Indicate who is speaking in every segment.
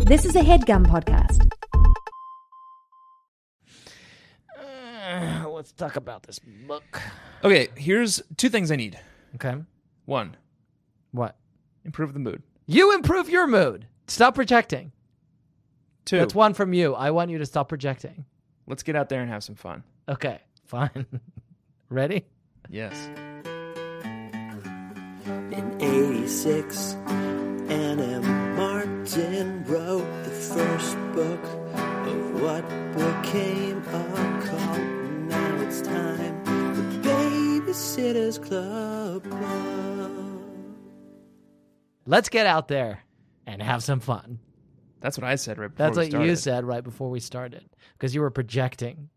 Speaker 1: This is a headgum podcast.
Speaker 2: Uh, let's talk about this book.
Speaker 3: Okay, here's two things I need.
Speaker 2: Okay.
Speaker 3: One,
Speaker 2: What?
Speaker 3: improve the mood.
Speaker 2: You improve your mood. Stop projecting.
Speaker 3: Two,
Speaker 2: That's one from you. I want you to stop projecting.
Speaker 3: let's get out there and have some fun.
Speaker 2: Okay. Fine. Ready?
Speaker 3: Yes.
Speaker 4: In 86, Anna Martin wrote the first book of what became a cult. Now it's time for Babysitter's Club.
Speaker 2: Let's get out there and have some fun.
Speaker 3: That's what I said right before
Speaker 2: That's
Speaker 3: we
Speaker 2: what
Speaker 3: started.
Speaker 2: you said right before we started because you were projecting,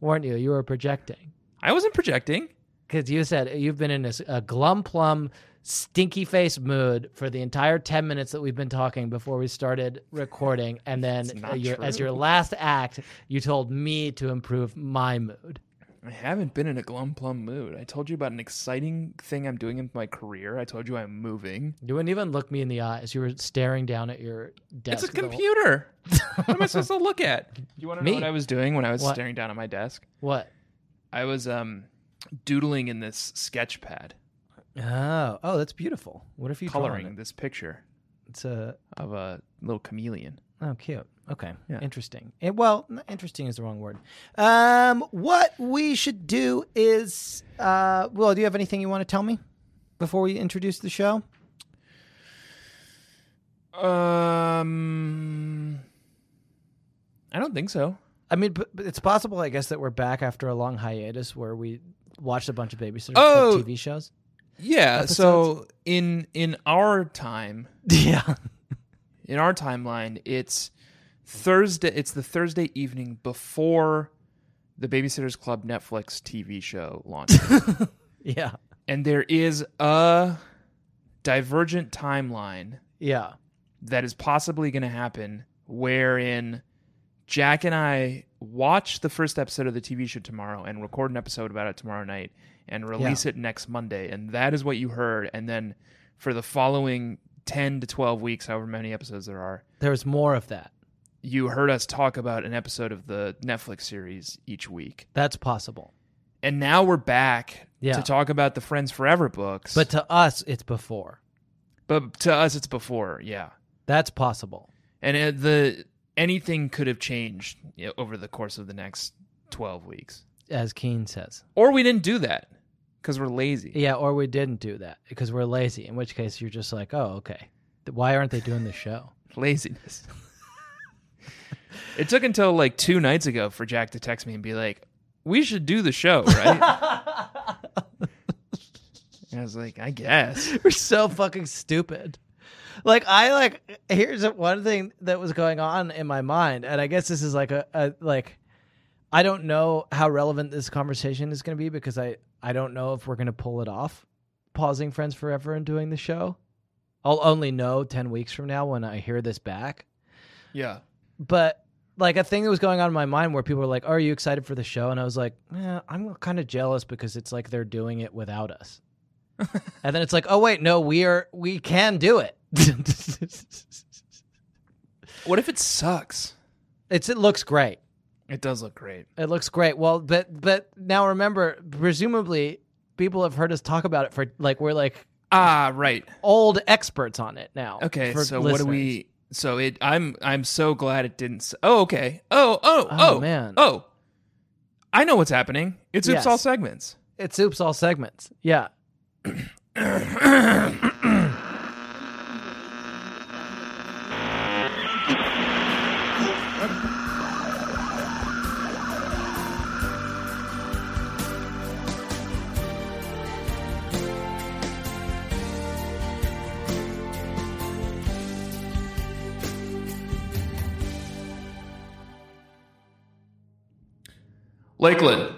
Speaker 2: weren't you? You were projecting
Speaker 3: I wasn't projecting.
Speaker 2: because you said you've been in this a glum plum stinky face mood for the entire 10 minutes that we've been talking before we started recording and then
Speaker 3: It's not
Speaker 2: uh, your, as
Speaker 3: true.
Speaker 2: your last act you told me to improve my mood
Speaker 3: I haven't been in a glum plum mood. I told you about an exciting thing I'm doing in my career. I told you I'm moving.
Speaker 2: you wouldn't even look me in the eyes you were staring down at your desk
Speaker 3: It's a
Speaker 2: the whole-
Speaker 3: computer. what am I supposed to look at? You want to know
Speaker 2: Me.
Speaker 3: what I was doing when I was
Speaker 2: What?
Speaker 3: staring down at my desk?
Speaker 2: what
Speaker 3: I was um doodling in this sketch pad,
Speaker 5: Oh, oh, that's beautiful. What if you draw on
Speaker 3: coloring
Speaker 5: it?
Speaker 3: this picture
Speaker 5: It's a
Speaker 3: of a little chameleon.
Speaker 5: oh, cute. Okay,
Speaker 3: Yeah.
Speaker 5: interesting. Eh, well, n- interesting is the wrong word. Um, what we should do is, uh, well, do you have anything you want to tell me before we introduce the show?
Speaker 3: Um, I don't think so.
Speaker 5: I mean, but, but it's possible, I guess, that we're back after a long hiatus where we watched a bunch of babysitters
Speaker 3: Oh.
Speaker 5: TV shows.
Speaker 3: Yeah. So in in our time,
Speaker 5: Yeah,
Speaker 3: in our timeline, it's Thursday. It's the Thursday evening before the Babysitters Club Netflix TV show launches,
Speaker 5: yeah,
Speaker 3: and there is a divergent timeline
Speaker 2: yeah
Speaker 3: that is possibly going to happen wherein Jack and I watch the first episode of the TV show tomorrow and record an episode about it tomorrow night and release it next Monday. And that is what you heard. And then for the following 10 to 12 weeks, however many episodes there are,
Speaker 2: there's more of that
Speaker 3: you heard us talk about an episode of the Netflix series each week.
Speaker 2: that's possible
Speaker 3: And now we're back
Speaker 2: Yeah.
Speaker 3: to talk about the Friends Forever books.
Speaker 2: but to us it's before
Speaker 3: but to us, it's before. Yeah.
Speaker 2: that's possible
Speaker 3: and it, the anything could have changed you know, over the course of the next 12 weeks
Speaker 2: as keen says
Speaker 3: or we didn't do that because we're lazy
Speaker 2: Yeah, or we didn't do that because we're lazy. In which case, you're just like, oh, okay. Th- Why aren't they doing the show?
Speaker 3: laziness it took until like two nights ago for jack to text me and be like we should do the show right And i was like i guess
Speaker 2: we're so fucking stupid. Like I like here's one thing that was going on in my mind, and I guess this is like a, a like I don't know how relevant this conversation is going to be because I I don't know if we're going to pull it off, pausing Friends Forever and doing the show. I'll only know ten weeks from now when I hear this back.
Speaker 3: yeah
Speaker 2: but like a thing that was going on in my mind where people were like, "Oh, "Are you excited for the show?" and I was like, eh, "I'm kind of jealous because it's like they're doing it without us." and then it's like, "Oh wait, no, we are we can do it."
Speaker 3: what if it sucks
Speaker 2: it's it looks great.
Speaker 3: it does look great
Speaker 2: It looks great. Well, but but now remember, presumably people have heard us talk about it for like we're like
Speaker 3: ah right
Speaker 2: old experts on it now.
Speaker 3: okay
Speaker 2: for
Speaker 3: so what do
Speaker 2: listeners.
Speaker 3: we so it i'm i'm so glad it didn't s- oh okay oh oh
Speaker 2: Oh,
Speaker 3: oh,
Speaker 2: man.
Speaker 3: oh i know what's happening it's oops
Speaker 2: Yes.
Speaker 3: all segments
Speaker 2: It soups all segments. Yeah.
Speaker 3: lakeland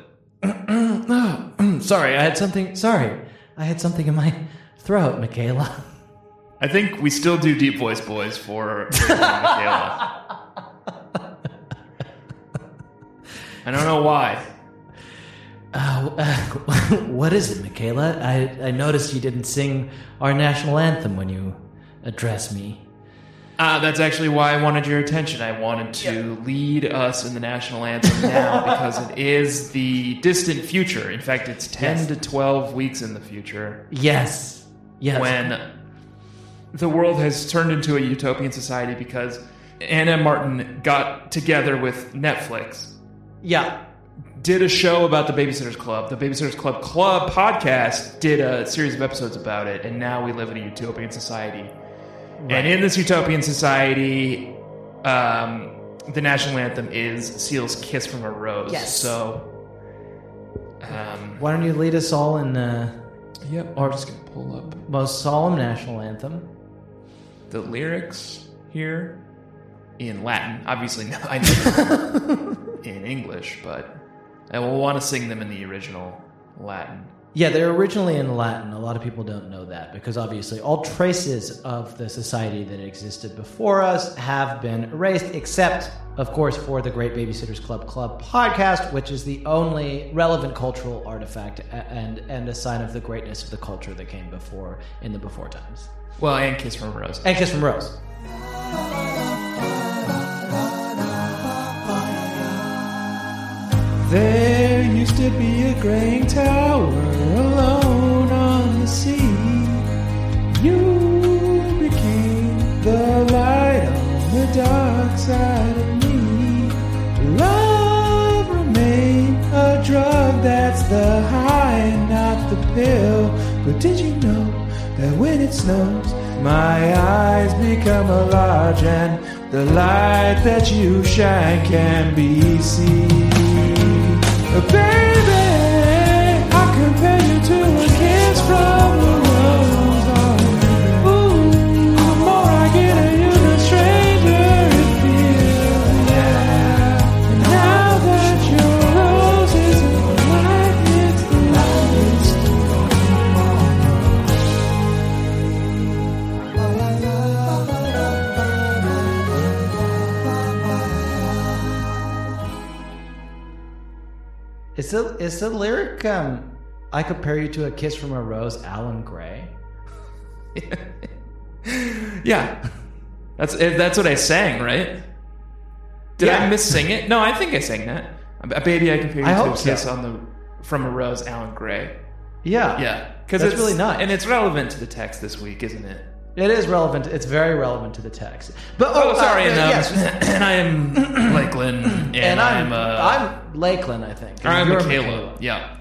Speaker 2: Sorry, I had something. Sorry, I had something in my throat, Michaela.
Speaker 3: i think we still do deep voice boys for i don't know why
Speaker 2: Uh, uh, what is it, Michaela? I, I noticed you didn't sing our national anthem when you addressed me.
Speaker 3: Uh, that's actually why I wanted your attention. I wanted to lead us in the national anthem now because it is the distant future. In fact, it's 10 to 12 weeks in the future
Speaker 2: Yes. Yes.
Speaker 3: when the world has turned into a utopian society because Anna Martin got together with Netflix
Speaker 2: yeah.
Speaker 3: did a show about the Babysitters Club. The Babysitters Club Club podcast did a series of episodes about it, and now we live in a utopian society. And in this utopian society, um, the national anthem is Seal's Kiss from a Rose.
Speaker 2: Yes.
Speaker 3: So, um,
Speaker 2: Why don't you lead us all in the
Speaker 3: yep, I'm just going to pull up
Speaker 2: most solemn national anthem?
Speaker 3: the lyrics here in Latin. Obviously, no, I know in English, but I will want to sing them in the original Latin.
Speaker 2: Yeah, they're originally in Latin. A lot of people don't know that because obviously all traces of the society that existed before us have been erased, except, of course, for the Great Babysitters Club Club podcast, which is the only relevant cultural artifact a- and, and a sign of the greatness of the culture that came before in the before times.
Speaker 3: Well, and Kiss from a Rose.
Speaker 2: And Kiss from Rose.
Speaker 3: There used to be a graying tower alone on the sea. You became the light on the dark side of me. Love remained a drug that's the high and not the pill. But did you know that when it snows, my eyes become a large and the light that you shine can be seen? Baby, I compare you to a kiss from a rose. Ooh, the more I get of you, the stranger it feels. Yeah. And now that your rose is in the light, it's the lightest.
Speaker 2: Is the, is the lyric, um, I compare you to a kiss from a rose, Alan Gray?
Speaker 3: Yeah. That's eh, that's what I sang, right? Did I
Speaker 2: Yeah.
Speaker 3: miss sing it? No, I think I sang that. A baby, I compare you
Speaker 2: I
Speaker 3: to
Speaker 2: hope
Speaker 3: a
Speaker 2: so.
Speaker 3: kiss on the from a rose, Alan Gray.
Speaker 2: Yeah.
Speaker 3: Yeah, because
Speaker 2: Uh, That's really nuts.
Speaker 3: and it's relevant to the text this week, isn't it?
Speaker 2: It is relevant. It's very relevant to the text. But
Speaker 3: Oh, sorry,
Speaker 2: uh,
Speaker 3: and, um,
Speaker 2: yes.
Speaker 3: and I'm Lakeland, and,
Speaker 2: and I'm
Speaker 3: I'm, uh,
Speaker 2: I'm Lakeland, I think.
Speaker 3: I'm,
Speaker 2: You're
Speaker 3: Michaela. Yeah,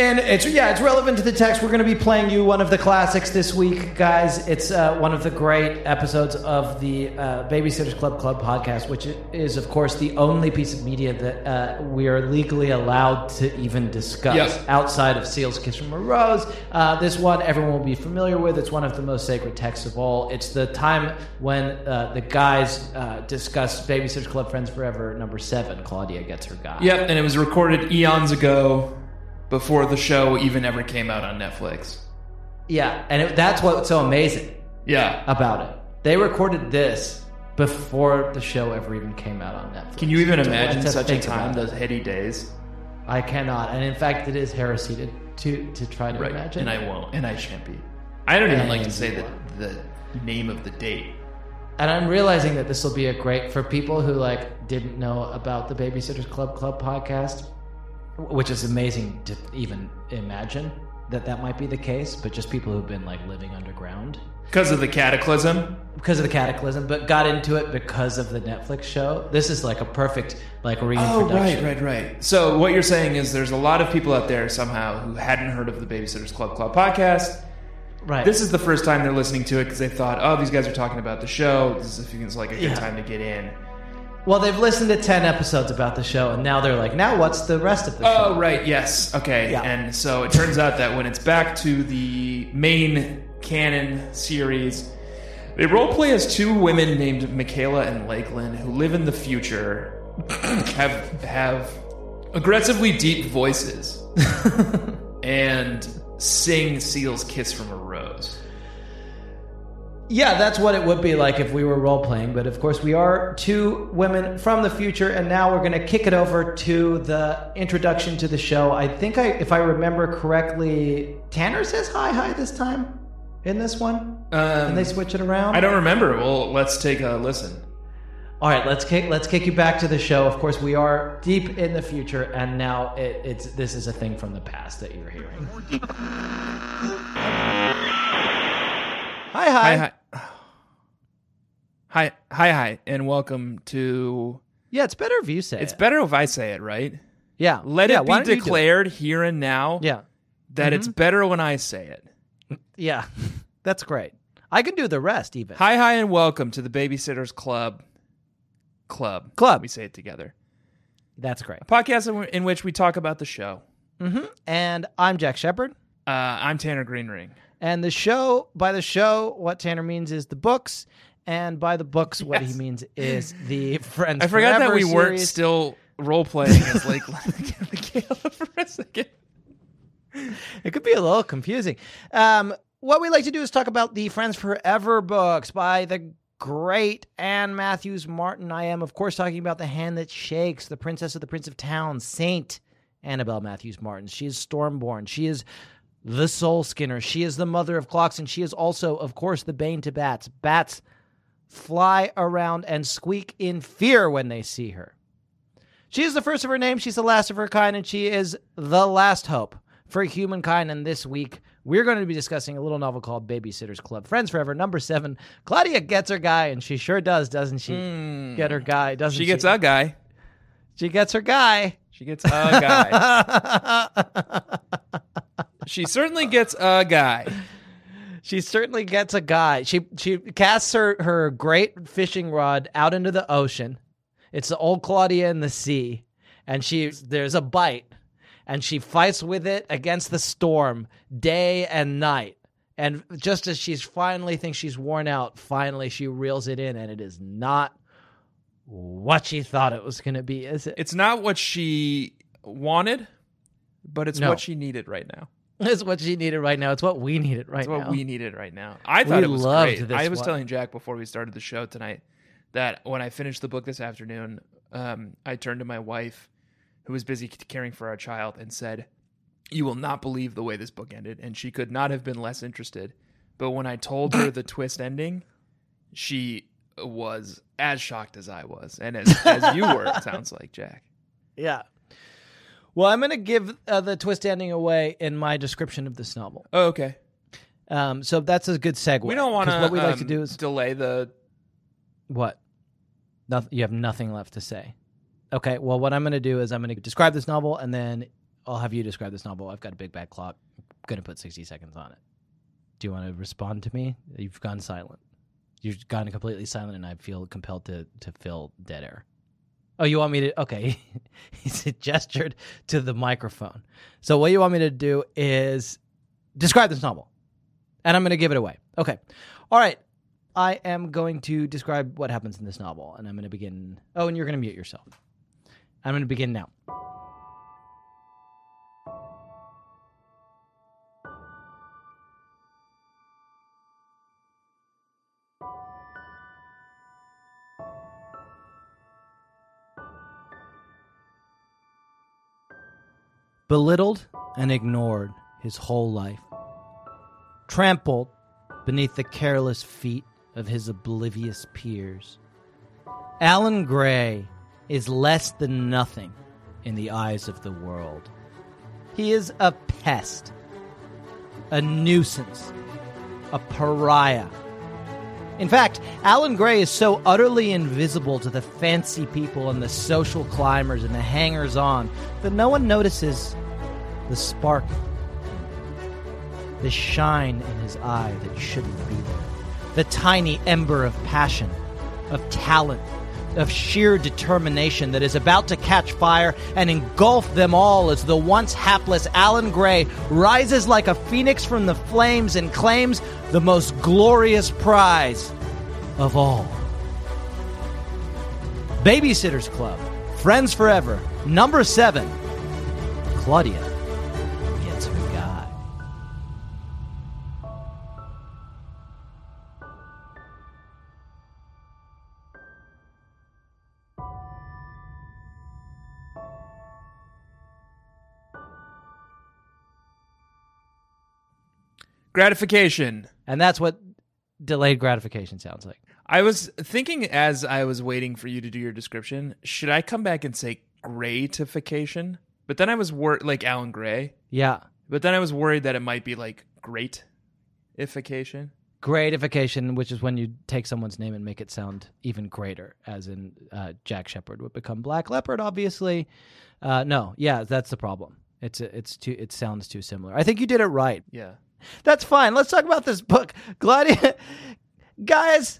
Speaker 2: And it's yeah, it's relevant to the text. We're going to be playing you one of the classics this week, guys. It's uh, one of the great episodes of the uh, Babysitters Club Club podcast, which is, of course, the only piece of media that uh, we are legally allowed to even discuss
Speaker 3: Yes.
Speaker 2: outside of Seal's Kiss from a Rose. Uh, this one everyone will be familiar with. It's one of the most sacred texts of all. It's the time when uh, the guys uh, discuss Babysitters Club Friends Forever number seven. Claudia gets her guy.
Speaker 3: yep, and it was recorded eons ago, before the show even ever came out on Netflix.
Speaker 2: Yeah, and it, that's what's so amazing
Speaker 3: Yeah,
Speaker 2: about it. They recorded this before the show ever even came out on Netflix.
Speaker 3: can you even
Speaker 2: To-
Speaker 3: imagine
Speaker 2: to
Speaker 3: such a
Speaker 2: think
Speaker 3: time?
Speaker 2: about it.
Speaker 3: Those heady days,
Speaker 2: I cannot, and in fact, it is heresy to to, to try to
Speaker 3: right?
Speaker 2: imagine.
Speaker 3: And I won't, and I shan't be. I don't even
Speaker 2: And
Speaker 3: like to
Speaker 2: you
Speaker 3: say the the name of the date.
Speaker 2: And I'm realizing that this will be a great for people who like didn't know about the Babysitters Club Club podcast, which is amazing to even imagine that that might be the case. But just people who've been like living underground
Speaker 3: Because of the cataclysm,
Speaker 2: because of the cataclysm, but got into it because of the Netflix show. This is like a perfect like
Speaker 3: Oh,
Speaker 2: reintroduction.
Speaker 3: right, right, right. So what you're saying is there's a lot of people out there somehow who hadn't heard of the Babysitters Club Club podcast.
Speaker 2: Right.
Speaker 3: This is the first time they're listening to it because they thought, oh, these guys are talking about the show. This is it's like a good
Speaker 2: Yeah.
Speaker 3: time to get in.
Speaker 2: Well, they've listened to 10 episodes about the show, and now they're like, now what's the rest of the show?
Speaker 3: Oh, right, yes, okay.
Speaker 2: Yeah.
Speaker 3: And so it turns out that when it's back to the main canon series, they roleplay as two women named Michaela and Lakeland who live in the future, have have aggressively deep voices, and sing Seal's Kiss from a Rose.
Speaker 2: Yeah, that's what it would be like if we were role playing, but of course, we are two women from the future, and now we're going to kick it over to the introduction to the show. I think I, if I remember correctly, Tanner says hi, hi this time.
Speaker 5: in this one?
Speaker 3: Um,
Speaker 5: And they switch it around?
Speaker 3: I don't remember. Well, let's take a listen.
Speaker 2: All right, let's kick let's kick you back to the show. Of course, we are deep in the future, and now it, it's this is a thing from the past that you're hearing.
Speaker 5: Hi,
Speaker 3: Hi,
Speaker 5: hi.
Speaker 3: hi. Hi, hi, hi, and welcome to.
Speaker 2: Yeah, it's better if you say
Speaker 3: It's
Speaker 2: it.
Speaker 3: better if I say it, right?
Speaker 2: yeah,
Speaker 3: Let
Speaker 2: yeah,
Speaker 3: it
Speaker 2: why
Speaker 3: be
Speaker 2: don't you do
Speaker 3: declared here and now
Speaker 2: Yeah, Mm-hmm.
Speaker 3: that it's better when I say it.
Speaker 2: yeah, that's great. I can do the rest even.
Speaker 3: Hi, hi, and welcome to the Babysitters Club. Club.
Speaker 2: Club.
Speaker 3: We say it together.
Speaker 2: That's great.
Speaker 3: A podcast in- in which we talk about the show.
Speaker 2: And I'm Jack Shepard.
Speaker 3: Uh, I'm Tanner Greenring.
Speaker 2: And the show, by the show, what Tanner means is the books, and by the books, what he means is the Friends.
Speaker 3: I forgot that
Speaker 2: Forever
Speaker 3: we weren't
Speaker 2: series.
Speaker 3: still role playing as Lake Lathakia for a second.
Speaker 2: It could be a little confusing. Um, what we like to do is talk about the Friends Forever books by the great Anne Matthews Martin. I am, of course, talking about The Hand That Shakes, The Princess of the Prince of Town, Saint Annabelle Matthews Martin. She is Stormborn. She is the Soul Skinner. She is the mother of clocks, and she is also, of course, the bane to bats. Bats fly around and squeak in fear when they see her. She is the first of her name, she's the last of her kind, and she is the last hope for humankind. And this week, we're going to be discussing a little novel called Babysitter's Club Friends Forever, number seven. Claudia gets her guy, and she sure does, doesn't she? Get her guy, doesn't she?
Speaker 3: She gets a guy.
Speaker 2: She gets her guy.
Speaker 3: She gets a guy. she certainly gets a guy.
Speaker 2: She certainly gets a guy. She she casts her her great fishing rod out into the ocean. It's the old Claudia in the sea, and she there's a bite, and she fights with it against the storm day and night. And just as she's finally thinks she's worn out, finally she reels it in, and it is not what she thought it was going to be, is it?
Speaker 3: It's not what she wanted, but it's
Speaker 2: No.
Speaker 3: what she needed right now.
Speaker 2: It's what she needed right now. It's what we needed right
Speaker 3: It's what
Speaker 2: now.
Speaker 3: we needed right now. I thought it was
Speaker 2: loved
Speaker 3: great.
Speaker 2: this
Speaker 3: I was
Speaker 2: one.
Speaker 3: telling Jack before we started the show tonight that when I finished the book this afternoon, um, I turned to my wife, who was busy c- caring for our child, and said, "You will not believe the way this book ended," and she could not have been less interested. But when I told her the twist ending, she was as shocked as I was, and as, as you were. It sounds like Jack.
Speaker 2: Yeah. Well, I'm going to give uh, the twist ending away in my description of this novel.
Speaker 3: Oh, okay.
Speaker 2: Um, so that's a good segue.
Speaker 3: We don't um, want
Speaker 2: 'cause What we like to do is
Speaker 3: delay the.
Speaker 2: what? Noth- you have nothing left to say. Okay. Well, what I'm going to do is I'm going to describe this novel, and then I'll have you describe this novel. I've got a big bad clock. I'm going to put 60 seconds on it. Do you want to respond to me? You've gone silent. You've gone completely silent, and I feel compelled to to fill dead air. Oh, you want me to? Okay. he gestured to the microphone. So, what you want me to do is describe this novel, and I'm going to give it away. Okay. All right. I am going to describe what happens in this novel, and I'm going to begin. Oh, and you're going to mute yourself. I'm going to begin now. Belittled and ignored his whole life, trampled beneath the careless feet of his oblivious peers. Alan Gray is less than nothing in the eyes of the world. He is a pest, a nuisance, a pariah. In fact, Alan Gray is so utterly invisible to the fancy people and the social climbers and the hangers on that no one notices the spark the shine in his eye that shouldn't be there, the tiny ember of passion, of talent, of sheer determination that is about to catch fire and engulf them all as the once hapless Alan Gray rises like a phoenix from the flames and claims the most glorious prize of all. Babysitter's Club, Friends Forever, number seven. Claudia gets her guy.
Speaker 3: Gratification.
Speaker 2: and that's what delayed gratification sounds like.
Speaker 3: I was thinking as I was waiting for you to do your description, should I come back and say gratification? But then I was worried, like Alan Gray.
Speaker 2: Yeah,
Speaker 3: But then I was worried that it might be like greatification.
Speaker 2: gratification, which is when you take someone's name and make it sound even greater, as in uh, Jack Shepherd would become Black Leopard, obviously. Uh, no, yeah, that's the problem. It's it's too it sounds too similar. I think you did it right.
Speaker 3: Yeah.
Speaker 2: That's fine. Let's talk about this book. Claudia, guys,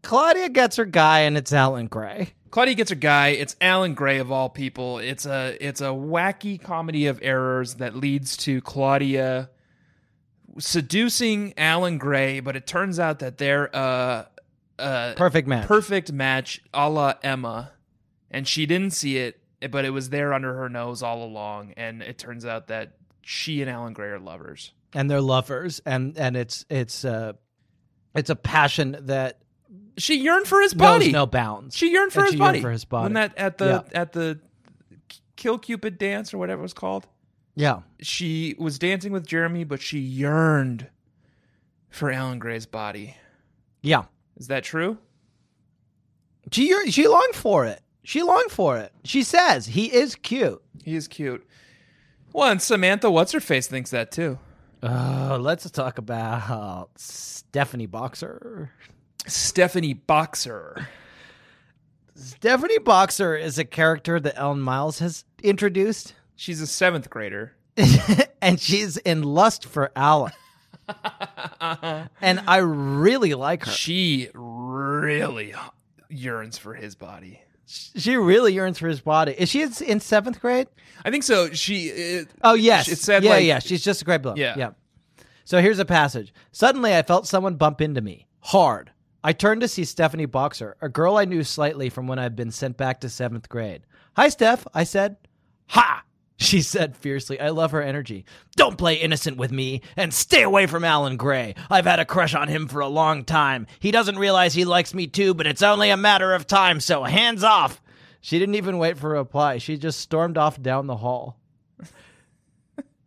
Speaker 2: Claudia gets her guy, and it's Alan Gray.
Speaker 3: Claudia gets a guy. It's Alan Gray of all people. It's a it's a wacky comedy of errors that leads to Claudia seducing Alan Gray, but it turns out that they're uh, a, a
Speaker 2: Perfect match.
Speaker 3: perfect match, a la Emma, and she didn't see it, but it was there under her nose all along. And it turns out that she and Alan Gray are lovers.
Speaker 2: and they're lovers, and and it's it's uh, it's a passion that
Speaker 3: She yearned for his body.
Speaker 2: knows no bounds.
Speaker 3: She yearned for
Speaker 2: And
Speaker 3: his
Speaker 2: she yearned
Speaker 3: body.
Speaker 2: for his body.
Speaker 3: When that at the at the Kill Cupid dance or whatever it was called.
Speaker 2: yeah.
Speaker 3: She was dancing with Jeremy, but she yearned for Alan Gray's body.
Speaker 2: Yeah.
Speaker 3: Is that true?
Speaker 2: She she longed for it. She longed for it. She says he is cute.
Speaker 3: He is cute. Well, and Samantha, what's her face, thinks that too.
Speaker 2: Oh, let's talk about Stephanie Boxer.
Speaker 3: Stephanie Boxer.
Speaker 2: Stephanie Boxer is a character that Ellen Miles has introduced,
Speaker 3: She's a seventh grader.
Speaker 2: and she's in lust for Alan. and I really like her.
Speaker 3: She really yearns for his body.
Speaker 2: She really yearns for his body. Is she in seventh grade?
Speaker 3: I think so. She. uh, It,
Speaker 2: Oh yes,
Speaker 3: It said
Speaker 2: yeah,
Speaker 3: like
Speaker 2: yeah. She's just a great blow.
Speaker 3: Yeah.
Speaker 2: yeah. So here's a passage. Suddenly, I felt someone bump into me hard. I turned to see Stephanie Boxer, a girl I knew slightly from when I'd been sent back to seventh grade. Hi, Steph. I said. Ha! She said fiercely. I love her energy. Don't play innocent with me and stay away from Alan Gray. I've had a crush on him for a long time. He doesn't realize he likes me too, but it's only a matter of time, so hands off. She didn't even wait for a reply. She just stormed off down the hall.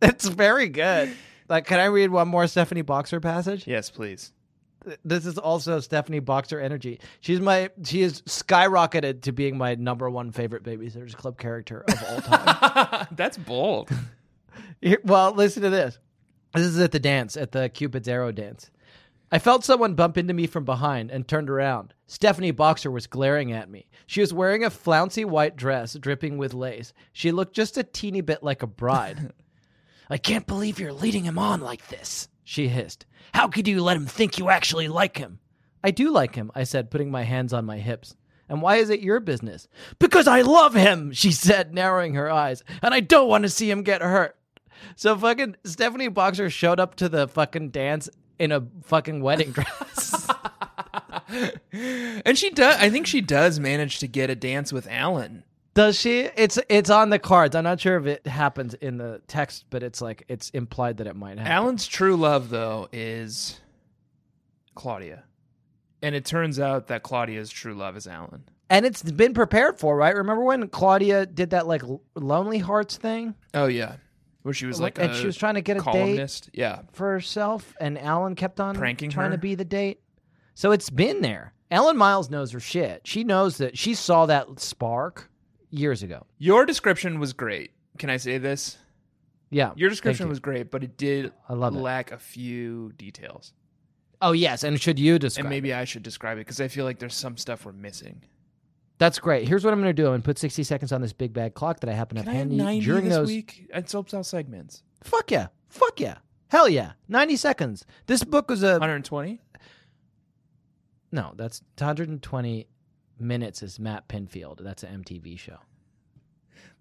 Speaker 2: It's very good. Like, can I read one more Stephanie Boxer passage?
Speaker 3: yes, please.
Speaker 2: This is also Stephanie Boxer energy. She's my she is skyrocketed to being my number one favorite babysitters club character of all time.
Speaker 3: That's bold.
Speaker 2: Here- well, listen to this. This is at the dance, at the Cupid's Arrow dance. I felt someone bump into me from behind and turned around. Stephanie Boxer was glaring at me. She was wearing a flouncy white dress dripping with lace. She looked just a teeny bit like a bride. I can't believe you're leading him on like this, she hissed. How could you let him think you actually like him? I do like him, I said, putting my hands on my hips. And why is it your business? Because I love him, she said, narrowing her eyes, and I don't want to see him get hurt. So fucking Stephanie Boxer showed up to the fucking dance in a fucking wedding dress.
Speaker 3: And she does. I think she does manage to get a dance with Alan.
Speaker 2: Does she? It's it's on the cards. I'm not sure if it happens in the text, but it's like it's implied that it might happen.
Speaker 3: Alan's true love, though, is Claudia. And it turns out that Claudia's true love is Alan.
Speaker 2: And it's been prepared for, right? Remember when Claudia did that like l- Lonely Hearts thing,
Speaker 3: Oh yeah, where she was like,
Speaker 2: and
Speaker 3: a
Speaker 2: she was trying to get a date
Speaker 3: columnist. Yeah,
Speaker 2: for herself, and Alan kept on
Speaker 3: Pranking
Speaker 2: trying
Speaker 3: her?
Speaker 2: to be the date. So it's been there. Ellen Miles knows her shit. She knows that she saw that spark years ago.
Speaker 3: your description was great. Can I say this?
Speaker 2: Yeah,
Speaker 3: Your
Speaker 2: thank
Speaker 3: description
Speaker 2: you.
Speaker 3: was great, but it did
Speaker 2: I love it.
Speaker 3: lack a few details.
Speaker 2: Oh yes, and should you describe?
Speaker 3: and maybe
Speaker 2: it?
Speaker 3: I should describe it because I feel like there's some stuff we're missing.
Speaker 2: that's great. Here's what I'm going to do. I'm going to put 60 seconds on this big bag clock that I happen to
Speaker 3: Can
Speaker 2: have
Speaker 3: I have
Speaker 2: handy
Speaker 3: 90
Speaker 2: during
Speaker 3: this
Speaker 2: those.
Speaker 3: week at Soapstyle segments?
Speaker 2: Fuck yeah! Fuck yeah! Hell yeah! 90 seconds. This book was a
Speaker 3: 120?
Speaker 2: no. That's 120 minutes. Is Matt Pinfield? That's an MTV show.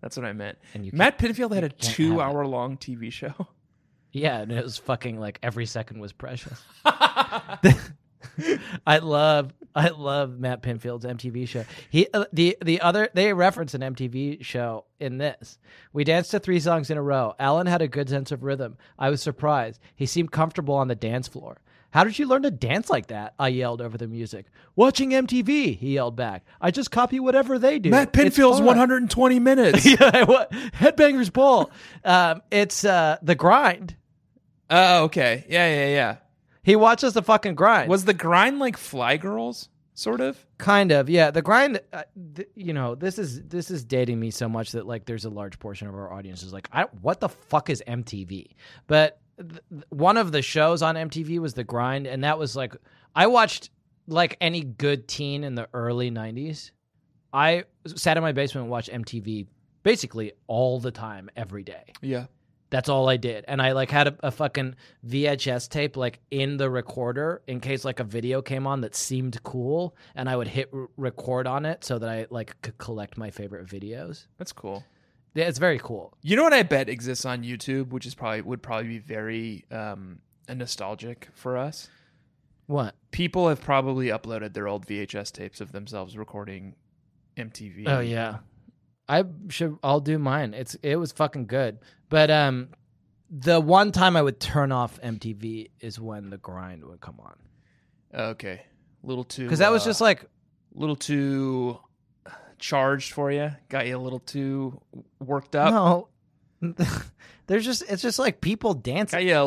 Speaker 3: That's what I meant.
Speaker 2: And you
Speaker 3: Matt Pinfield had a
Speaker 2: can't have it.
Speaker 3: two-hour-long TV show.
Speaker 2: Yeah, and it was fucking like every second was precious. I love I love Matt Pinfield's MTV show. He uh, the the other they reference an MTV show in this. We danced to three songs in a row. Alan had a good sense of rhythm. I was surprised. He seemed comfortable on the dance floor. How did you learn to dance like that? I yelled over the music. Watching MTV, he yelled back. I just copy whatever they do.
Speaker 3: Matt
Speaker 2: It's
Speaker 3: Pinfield's
Speaker 2: fun."
Speaker 3: 120 minutes.
Speaker 2: yeah, what? Headbangers Ball. um, it's uh, the grind.
Speaker 3: Oh, okay. Yeah, yeah, yeah.
Speaker 2: He watches the fucking grind.
Speaker 3: Was the grind like Fly Girls, sort of?
Speaker 2: kind of yeah. The grind. Uh, th- you know, this is this is dating me so much that like there's a large portion of our audience is like, I what the fuck is MTV? But th- th- one of the shows on MTV was the grind, and that was like I watched like any good teen in the early '90s. I sat in my basement and watched MTV basically all the time, every day.
Speaker 3: Yeah.
Speaker 2: That's all I did. And I like had a, a fucking VHS tape like in the recorder in case like a video came on that seemed cool and I would hit r- record on it so that I like could collect my favorite videos.
Speaker 3: That's cool.
Speaker 2: Yeah, it's very cool.
Speaker 3: You know what I bet exists on YouTube, which is probably would probably be very um, nostalgic for us.
Speaker 2: What?
Speaker 3: People have probably uploaded their old VHS tapes of themselves recording MTV.
Speaker 2: Oh yeah. I should I'll do mine. It's it was fucking good. But um the one time I would turn off MTV is when the grind would come on.
Speaker 3: Okay. Little too. uh,
Speaker 2: Cuz that was just like
Speaker 3: little too charged for you. Got you a little too worked
Speaker 2: Uh,
Speaker 3: up.
Speaker 2: no. There's just it's just like people dancing.
Speaker 3: Got you a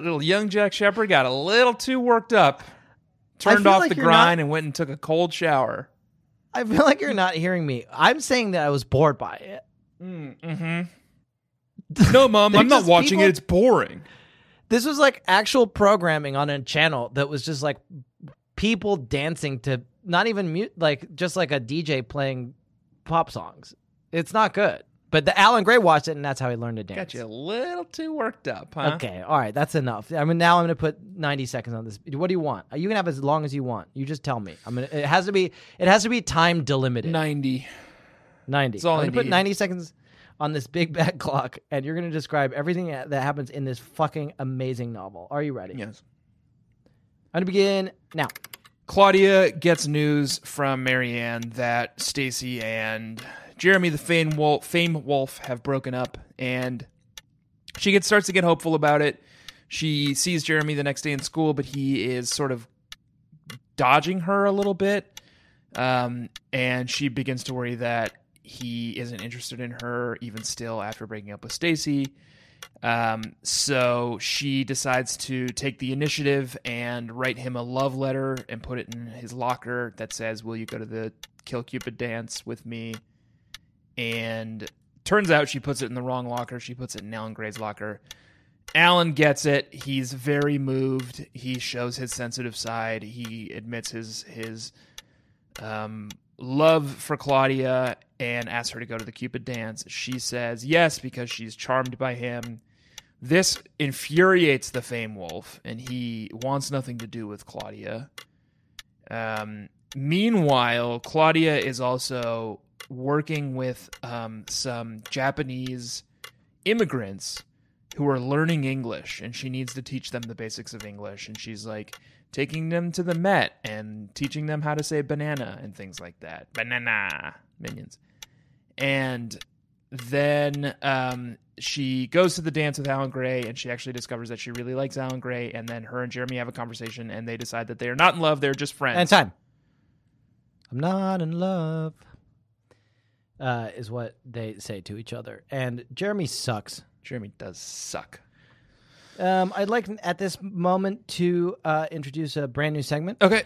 Speaker 3: little young Jack Shepard got a little too worked up. Turned
Speaker 2: feel
Speaker 3: off
Speaker 2: like
Speaker 3: the
Speaker 2: you're not-
Speaker 3: grind and went and took a cold shower.
Speaker 2: I feel like you're not hearing me. I'm saying that I was bored by it.
Speaker 3: Mm-hmm. No, mom, I'm not
Speaker 2: just
Speaker 3: watching
Speaker 2: people-
Speaker 3: it. It's boring.
Speaker 2: This was like actual programming on a channel that was just like people dancing to not even mute, like just like a DJ playing pop songs. It's not good. But the Alan Gray watched it, and that's how he learned to dance.
Speaker 3: Got you a little too worked up, huh?
Speaker 2: Okay, all right, that's enough. I mean, now I'm gonna put 90 seconds on this. What do you want? You can have as long as you want. You just tell me. I'm gonna. It has to be. It has to be time delimited.
Speaker 3: 90.
Speaker 2: 90.
Speaker 3: That's all
Speaker 2: I'm
Speaker 3: I
Speaker 2: gonna put
Speaker 3: need.
Speaker 2: 90 seconds on this big bad clock, and you're going to describe everything that that happens in this fucking amazing novel. Are you ready?
Speaker 3: Yes.
Speaker 2: I'm going to begin now.
Speaker 3: Claudia gets news from Marianne that Stacy and Jeremy the Fame Wolf, Fame Wolf have broken up, and she gets starts to get hopeful about it. She sees Jeremy the next day in school, but he is sort of dodging her a little bit, um, and she begins to worry that he isn't interested in her even still after breaking up with Stacy. Um, so she decides to take the initiative and write him a love letter and put it in his locker that says, Will you go to the Kill Cupid dance with me? And turns out she puts it in the wrong locker. She puts it in Alan Gray's locker. Alan gets it. He's very moved. He shows his sensitive side. He admits his his um, love for Claudia and asks her to go to the Cupid dance. She says yes because she's charmed by him. This infuriates the Fame Wolf, and he wants nothing to do with Claudia. Um, meanwhile, Claudia is also working with um, some Japanese immigrants who are learning English, and she needs to teach them the basics of English. And she's like taking them to the Met and teaching them how to say banana and things like that. Banana minions. And then um, she goes to the dance with Alan Gray, and she actually discovers that she really likes Alan Gray. And then her and Jeremy have a conversation, and they decide that they are not in love; they're just friends.
Speaker 2: And time. I'm not in love, uh, is what they say to each other. And Jeremy sucks.
Speaker 3: Jeremy does suck.
Speaker 2: Um, I'd like at this moment to uh, introduce a brand new segment.
Speaker 3: Okay,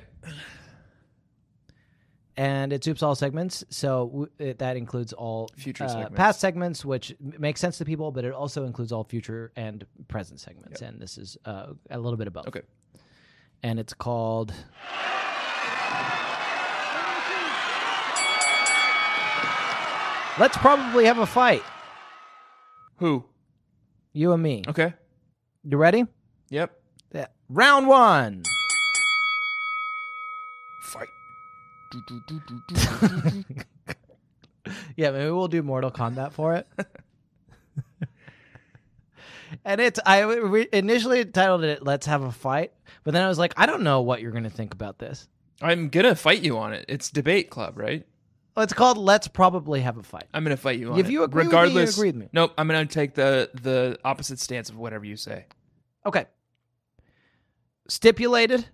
Speaker 2: and it oops all segments. So w- it, that includes all
Speaker 3: Future
Speaker 2: uh,
Speaker 3: segments.
Speaker 2: past segments, which m- makes sense to people, but it also includes all future and present segments. And this is uh, a little bit of both.
Speaker 3: okay.
Speaker 2: And it's called. Let's probably have a fight,
Speaker 3: Who?
Speaker 2: you and me.
Speaker 3: Okay.
Speaker 2: You ready?
Speaker 3: Yep.
Speaker 2: Yeah. Round one.
Speaker 3: Fight.
Speaker 2: Yeah, maybe we'll do Mortal Kombat for it. and it's I we initially titled it "Let's Have a Fight," but then I was like, I don't know what you're going to think about this.
Speaker 3: I'm gonna fight you on it. It's debate club, right?
Speaker 2: Well, It's called "Let's Probably Have a Fight."
Speaker 3: I'm gonna fight you on
Speaker 2: If
Speaker 3: it.
Speaker 2: you agree with me, you
Speaker 3: regardless,
Speaker 2: agree with me.
Speaker 3: Nope. I'm gonna take the the opposite stance of whatever you say.
Speaker 2: Okay. Stipulated.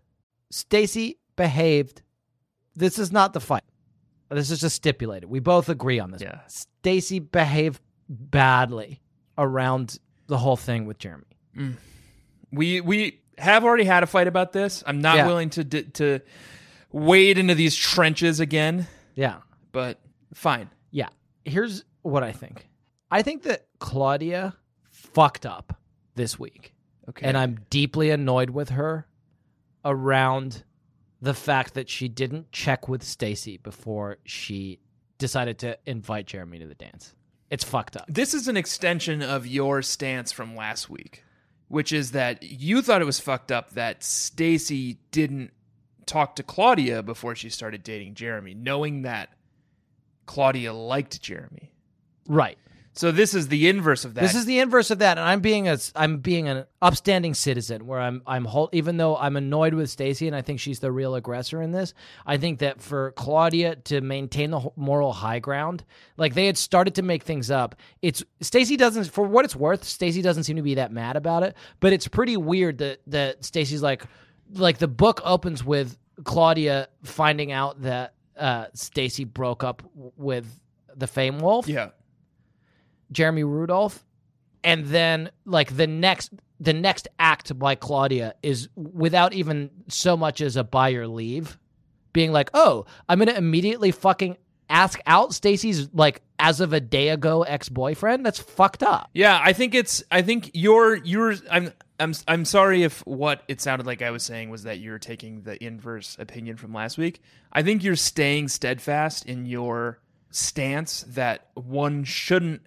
Speaker 2: Stacy behaved. This is not the fight. This is just stipulated. We both agree on this.
Speaker 3: Yeah.
Speaker 2: Stacy behaved badly around the whole thing with Jeremy.
Speaker 3: We we have already had a fight about this. I'm not
Speaker 2: Yeah.
Speaker 3: willing to d- to wade into these trenches again.
Speaker 2: Yeah.
Speaker 3: But fine.
Speaker 2: Yeah. Here's what I think. I think that Claudia fucked up this week.
Speaker 3: Okay.
Speaker 2: And I'm deeply annoyed with her around the fact that she didn't check with Stacy before she decided to invite Jeremy to the dance. It's fucked up.
Speaker 3: This is an extension of your stance from last week, which is that you thought it was fucked up that Stacy didn't talk to Claudia before she started dating Jeremy, knowing that Claudia liked Jeremy.
Speaker 2: Right.
Speaker 3: So this is the inverse of that.
Speaker 2: This is the inverse of that, and I'm being a I'm being an upstanding citizen where I'm I'm whole, even though I'm annoyed with Stacy and I think she's the real aggressor in this. I think that for Claudia to maintain the ho- moral high ground, like they had started to make things up. It's Stacy doesn't for what it's worth. Stacy doesn't seem to be that mad about it, but it's pretty weird that that Stacy's like like the book opens with Claudia finding out that uh Stacy broke up w- with the Fame Wolf.
Speaker 3: yeah.
Speaker 2: Jeremy Rudolph, and then like the next the next act by Claudia is without even so much as a buy or leave, being like, "Oh, I'm gonna immediately fucking ask out Stacy's like as of a day ago ex boyfriend." That's fucked up.
Speaker 3: Yeah, I think it's. I think you're. You're. I'm. I'm. I'm sorry if what it sounded like I was saying was that you're taking the inverse opinion from last week. I think you're staying steadfast in your stance that one shouldn't.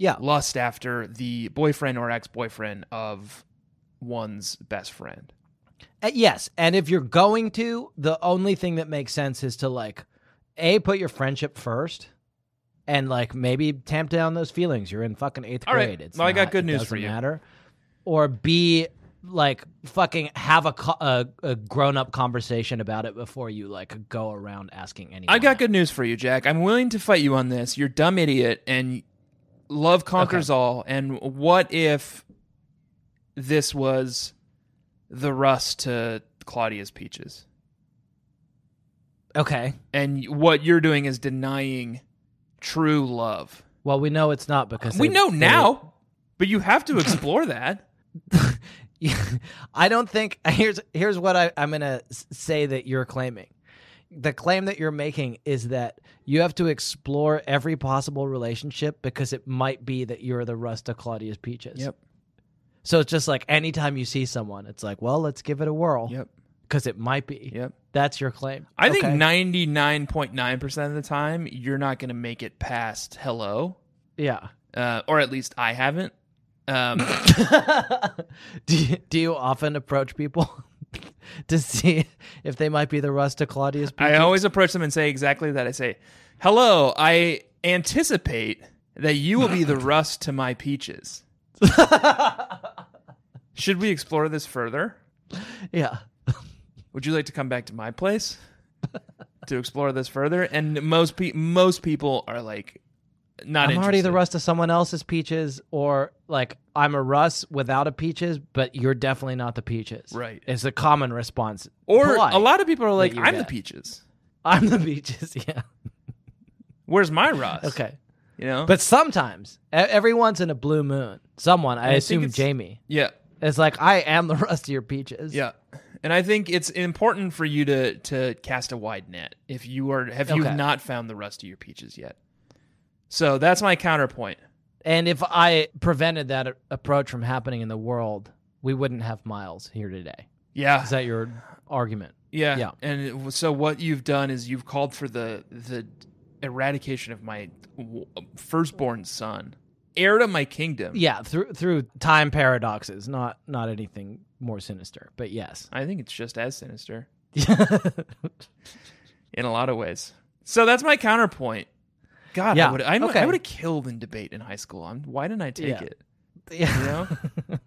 Speaker 2: Yeah.
Speaker 3: Lust after the boyfriend or ex-boyfriend of one's best friend.
Speaker 2: Uh, yes, and if you're going to, the only thing that makes sense is to like, a put your friendship first. And like maybe tamp down those feelings. You're in fucking eighth
Speaker 3: All right.
Speaker 2: grade. It's
Speaker 3: Well, I got
Speaker 2: not-
Speaker 3: good
Speaker 2: it
Speaker 3: news
Speaker 2: doesn't
Speaker 3: for you.
Speaker 2: Matter. or B, like fucking have a co- a, a grown up conversation about it before you like go around asking anyone.
Speaker 3: I got
Speaker 2: out.
Speaker 3: good news for you, Jack. I'm willing to fight you on this. You're a dumb idiot, and love conquers all. And what if this was the rust to Claudia's peaches?
Speaker 2: Okay.
Speaker 3: And what you're doing is denying true love.
Speaker 2: Well, we know it's not because
Speaker 3: we
Speaker 2: they-
Speaker 3: know
Speaker 2: they-
Speaker 3: now, but you have to explore that.
Speaker 2: I don't think here's here's what I, I'm gonna s- say that you're claiming. The claim that you're making is that you have to explore every possible relationship because it might be that you're the rust to Claudia's peaches. So it's just like anytime you see someone, it's like, well, let's give it a whirl.
Speaker 3: Yep.
Speaker 2: Because it might be.
Speaker 3: Yep.
Speaker 2: That's your claim.
Speaker 3: I think
Speaker 2: Okay.
Speaker 3: 99.9% of the time, you're not going to make it past hello,
Speaker 2: Yeah.
Speaker 3: uh, or at least I haven't. Um,
Speaker 2: do you, do you often approach people to see if they might be the rust to Claudius?
Speaker 3: I always approach them and say exactly that. I say, "Hello, I anticipate that you will be the rust to my peaches." Should we explore this further?
Speaker 2: yeah.
Speaker 3: Would you like to come back to my place to explore this further? And most pe- most people are like, "Not
Speaker 2: I'm already the
Speaker 3: interested.
Speaker 2: rust of someone else's peaches, or like I'm a rust without a peaches, but you're definitely not the peaches.
Speaker 3: Right.
Speaker 2: It's the common response.
Speaker 3: Or
Speaker 2: Polite.
Speaker 3: a lot of people are like,
Speaker 2: you
Speaker 3: "I'm the
Speaker 2: get.
Speaker 3: peaches.
Speaker 2: I'm the peaches. Yeah.
Speaker 3: Where's my rust?"
Speaker 2: Okay.
Speaker 3: you know,
Speaker 2: But sometimes, e- every once in a blue moon, someone, I,
Speaker 3: think
Speaker 2: assume
Speaker 3: it's-
Speaker 2: Jamie,
Speaker 3: yeah,
Speaker 2: is like, I am the rust of your peaches.
Speaker 3: Yeah. And I think it's important for you to to cast a wide net if you are have you
Speaker 2: Okay.
Speaker 3: not found the rust of your peaches yet. So that's my counterpoint.
Speaker 2: And if I prevented that a- approach from happening in the world, we wouldn't have Miles here today.
Speaker 3: Yeah.
Speaker 2: Is that your argument?
Speaker 3: yeah.
Speaker 2: yeah.
Speaker 3: And it w- so what you've done is you've called for the the eradication of my w- firstborn son, heir to my kingdom.
Speaker 2: Yeah, through through time paradoxes, not not anything more sinister. But yes.
Speaker 3: I think it's just as sinister in a lot of ways. So that's my counterpoint. God,
Speaker 2: Yeah.
Speaker 3: I would I, kn-
Speaker 2: Okay.
Speaker 3: I would have killed in debate in high school. I'm, why didn't I take
Speaker 2: Yeah.
Speaker 3: it?
Speaker 2: yeah.
Speaker 3: you know?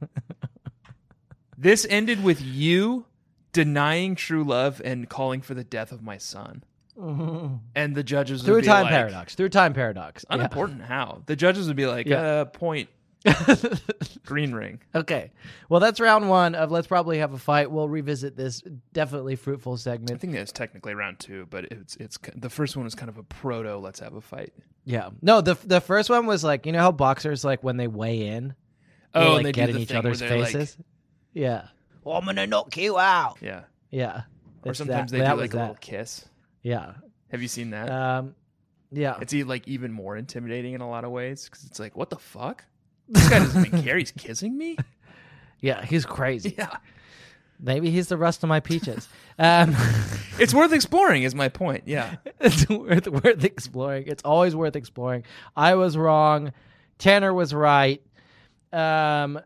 Speaker 3: this ended with you denying true love and calling for the death of my son. And the judges
Speaker 2: Through
Speaker 3: would be
Speaker 2: time
Speaker 3: like,
Speaker 2: paradox. Through time paradox. Yeah.
Speaker 3: Unimportant how. The judges would be like,
Speaker 2: Yeah.
Speaker 3: uh, point, green ring.
Speaker 2: Okay. Well, that's round one of Let's Probably Have a Fight. We'll revisit this definitely fruitful
Speaker 3: I
Speaker 2: segment.
Speaker 3: think that's technically round two, but it's it's k- the first one was kind of a proto. Let's have a fight.
Speaker 2: Yeah. No, the the first one was like, you know how boxers like when they weigh in, they,
Speaker 3: Oh,
Speaker 2: like
Speaker 3: and they
Speaker 2: get
Speaker 3: do
Speaker 2: in
Speaker 3: the
Speaker 2: each
Speaker 3: thing where
Speaker 2: other's
Speaker 3: they're like-
Speaker 2: faces. yeah.
Speaker 5: "Well, I'm gonna knock you out.
Speaker 3: Yeah.
Speaker 2: Yeah.
Speaker 3: Or
Speaker 2: It's
Speaker 3: sometimes
Speaker 2: that-
Speaker 3: they
Speaker 2: that was
Speaker 3: do like a little
Speaker 2: that.
Speaker 3: kiss.
Speaker 2: Yeah.
Speaker 3: Have you seen that?
Speaker 2: Um, yeah.
Speaker 3: it's e- like even more intimidating in a lot of ways because it's like, what the fuck? This guy doesn't even care. He's kissing me.
Speaker 2: yeah. He's crazy.
Speaker 3: Yeah.
Speaker 2: Maybe he's the rust of my peaches. Um,
Speaker 3: It's worth exploring. Is my point. Yeah.
Speaker 2: it's worth, worth exploring. It's always worth exploring. I was wrong. Tanner was right. Um,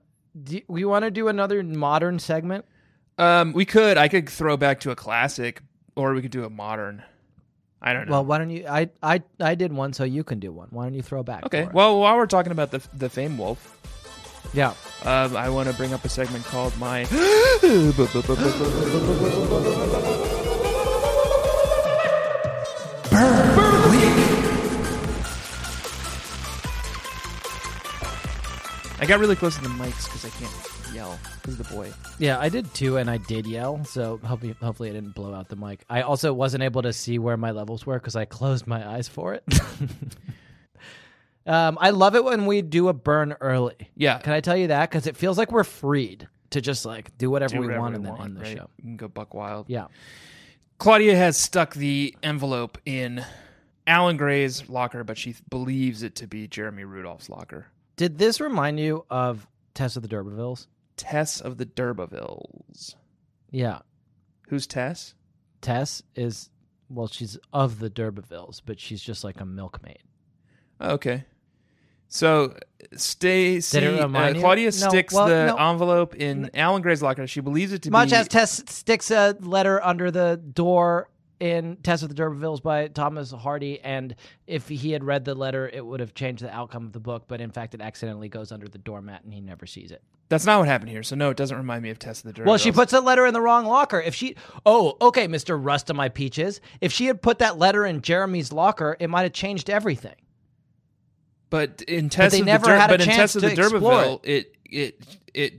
Speaker 2: do we want to do another modern segment?
Speaker 3: Um, we could. I could throw back to a classic, or we could do a modern. I don't know.
Speaker 2: Well, why don't you? I I I did one, so you can do one. Why don't you throw back?
Speaker 3: okay.
Speaker 2: for it?
Speaker 3: Well, while we're talking about the the Fame Wolf,
Speaker 2: yeah.
Speaker 3: um, I want to bring up a segment called my. I got really close to the mics because I can't yell because the boy.
Speaker 2: Yeah, I did too, and I did yell. So hopefully, hopefully, I didn't blow out the mic. I also wasn't able to see where my levels were because I closed my eyes for it. um, I love it when we do a burn early.
Speaker 3: Yeah.
Speaker 2: Uh, Can I tell you that? Because it feels like we're freed to just like do whatever
Speaker 3: do
Speaker 2: we
Speaker 3: whatever
Speaker 2: want
Speaker 3: we
Speaker 2: and then
Speaker 3: want,
Speaker 2: end the
Speaker 3: right?
Speaker 2: show.
Speaker 3: We can go buck wild.
Speaker 2: Yeah.
Speaker 3: Claudia has stuck the envelope in Alan Gray's locker, but she th- believes it to be Jeremy Rudolph's locker.
Speaker 2: Did this remind you of Tess of the D'Urbervilles?
Speaker 3: Tess of the Durbavilles.
Speaker 2: Yeah.
Speaker 3: Who's Tess?
Speaker 2: Tess is well, she's of the D'Urbervilles, but she's just like a milkmaid.
Speaker 3: Oh, okay. So Stacy
Speaker 2: Did it
Speaker 3: uh,
Speaker 2: remind you?
Speaker 3: Claudia
Speaker 2: No,
Speaker 3: sticks
Speaker 2: well,
Speaker 3: the
Speaker 2: no.
Speaker 3: envelope in Alan Gray's locker. She believes it to
Speaker 2: Much
Speaker 3: be
Speaker 2: as Tess sticks a letter under the door in Tess of the D'Urbervilles by Thomas Hardy, and if he had read the letter, it would have changed the outcome of the book, but in fact, it accidentally goes under the doormat and he never sees it.
Speaker 3: That's not what happened here. So no, it doesn't remind me of Tess of the Durbavilles.
Speaker 2: Well, she puts the letter in the wrong locker. If she, oh, okay, Mr. Rust of my peaches, if she had put that letter in Jeremy's locker, it might have changed everything.
Speaker 3: But in Tess
Speaker 2: they
Speaker 3: of
Speaker 2: never
Speaker 3: the Dur-
Speaker 2: had a
Speaker 3: but in
Speaker 2: chance
Speaker 3: Tess of the
Speaker 2: to explore
Speaker 3: Durberville, it it it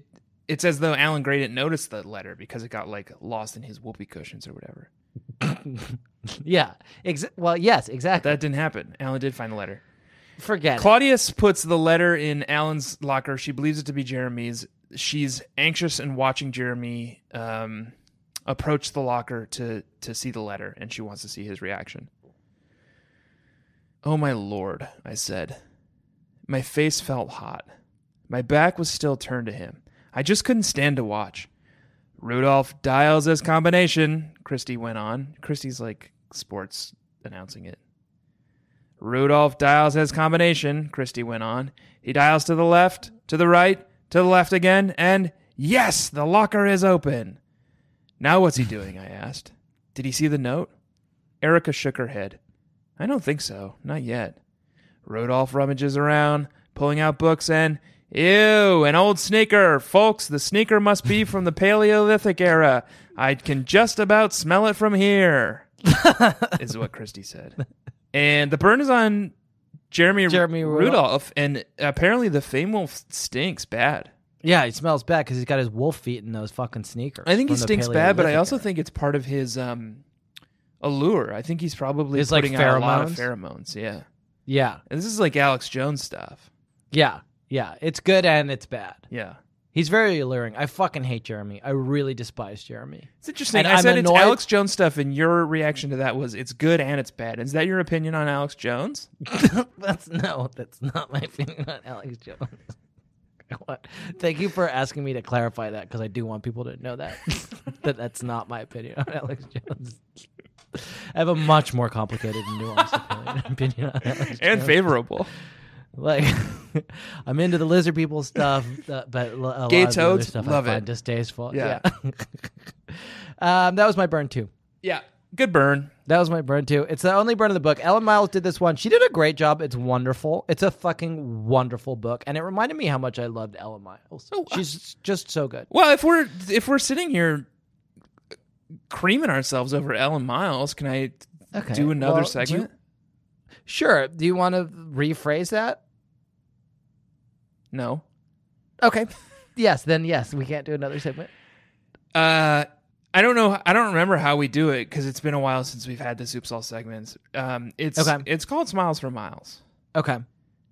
Speaker 3: it's as though Alan Gray didn't notice the letter because it got like lost in his whoopee cushions or whatever.
Speaker 2: Yeah. Ex- well, yes, exactly.
Speaker 3: That didn't happen. Alan did find the letter.
Speaker 2: Forget. it.
Speaker 3: Claudius puts the letter in Alan's locker. She believes it to be Jeremy's. She's anxious and watching Jeremy um, approach the locker to to see the letter, and she wants to see his reaction. Oh my lord, I said. My face felt hot. My back was still turned to him. I just couldn't stand to watch. Rudolph dials his combination, Christy went on. Christy's like sports announcing it. Rudolph dials his combination, Christie went on. He dials to the left, to the right, to the left again, and yes, the locker is open. Now what's he doing? I asked. Did he see the note? Erica shook her head. I don't think so, not yet. Rudolph rummages around, pulling out books and Ew, an old sneaker. Folks, the sneaker must be from the Paleolithic era. I can just about smell it from here, is what Christie said. And the burn is on Jeremy,
Speaker 2: Jeremy
Speaker 3: Rudolph, and apparently the Fame Wolf stinks bad.
Speaker 2: Yeah, he smells bad because he's got his wolf feet in those fucking sneakers.
Speaker 3: I think he
Speaker 2: from the
Speaker 3: stinks bad, but I
Speaker 2: Paleolithic
Speaker 3: also
Speaker 2: era.
Speaker 3: think it's part of his um, allure. I think he's probably
Speaker 2: His, like,
Speaker 3: putting out a lot of pheromones. Yeah,
Speaker 2: yeah,
Speaker 3: and this is like Alex Jones stuff.
Speaker 2: yeah, yeah. It's good and it's bad.
Speaker 3: Yeah,
Speaker 2: He's very alluring. I fucking hate Jeremy. I really despise Jeremy.
Speaker 3: It's interesting.
Speaker 2: And
Speaker 3: I
Speaker 2: I'm
Speaker 3: said
Speaker 2: annoyed-
Speaker 3: it's Alex Jones stuff, and your reaction to that was it's good and it's bad. Is that your opinion on Alex Jones?
Speaker 2: That's no, that's not my opinion on Alex Jones. What? Thank you for asking me to clarify that because I do want people to know that that that's not my opinion on Alex Jones. I have a much more complicated and nuanced opinion- opinion on Alex
Speaker 3: And
Speaker 2: Jones.
Speaker 3: favorable.
Speaker 2: Like, I'm into the lizard people stuff, uh, but l- a
Speaker 3: Gay
Speaker 2: lot of the other
Speaker 3: toads?
Speaker 2: stuff
Speaker 3: Love
Speaker 2: I
Speaker 3: it.
Speaker 2: find distasteful.
Speaker 3: Yeah.
Speaker 2: um, that was my burn too.
Speaker 3: Yeah. Good burn.
Speaker 2: That was my burn too. It's the only burn of the book. Ellen Miles did this one. She did a great job. It's wonderful. It's a fucking wonderful book, and it reminded me how much I loved Ellen Miles.
Speaker 3: Oh, uh,
Speaker 2: She's just so good.
Speaker 3: Well, if we're if we're sitting here creaming ourselves over Ellen Miles, can I
Speaker 2: Okay,
Speaker 3: do
Speaker 2: well,
Speaker 3: another
Speaker 2: do you-
Speaker 3: segment?
Speaker 2: Sure. Do you want to rephrase that?
Speaker 3: No.
Speaker 2: Okay. yes. Then yes, we can't do another segment.
Speaker 3: Uh, I don't know. I don't remember how we do it because it's been a while since we've had the soup All segments. Um, it's
Speaker 2: Okay.
Speaker 3: it's called Smiles for Miles.
Speaker 2: Okay.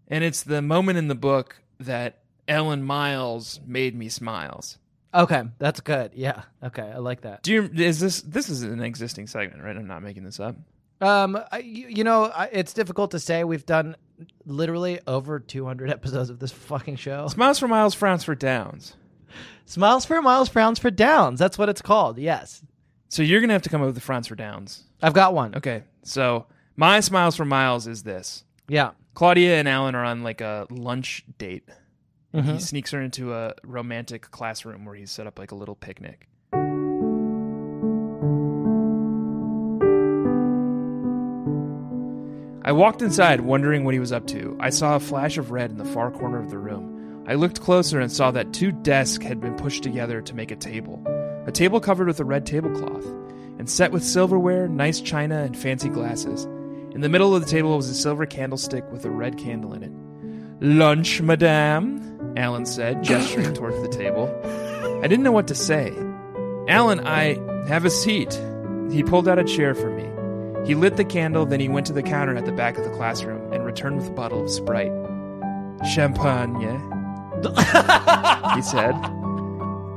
Speaker 3: And it's the moment in the book that Ellen Miles made me smiles.
Speaker 2: Okay, that's good. Yeah. Okay, I like that.
Speaker 3: Do you, is this this is an existing segment, right? I'm not making this up.
Speaker 2: Um, I, you, you know, I, it's difficult to say. We've done literally over 200 episodes of this fucking show.
Speaker 3: Smiles for miles, frowns for downs.
Speaker 2: Smiles for miles, frowns for downs. That's what it's called. Yes,
Speaker 3: So you're gonna have to come up with the frowns for downs.
Speaker 2: I've got one.
Speaker 3: Okay, so my smiles for miles is this.
Speaker 2: Yeah.
Speaker 3: Claudia and Alan are on like a lunch date. And He sneaks her into a romantic classroom where he's set up like a little picnic. I walked inside, wondering what he was up to. I saw a flash of red in the far corner of the room. I looked closer and saw that two desks had been pushed together to make a table. A table covered with a red tablecloth, and set with silverware, nice china, and fancy glasses. In the middle of the table was a silver candlestick with a red candle in it. Lunch, madame, Alan said, gesturing towards the table. I didn't know what to say. Alan, I have a seat. He pulled out a chair for me. He lit the candle, then he went to the counter at the back of the classroom and returned with a bottle of Sprite. Champagne, he said.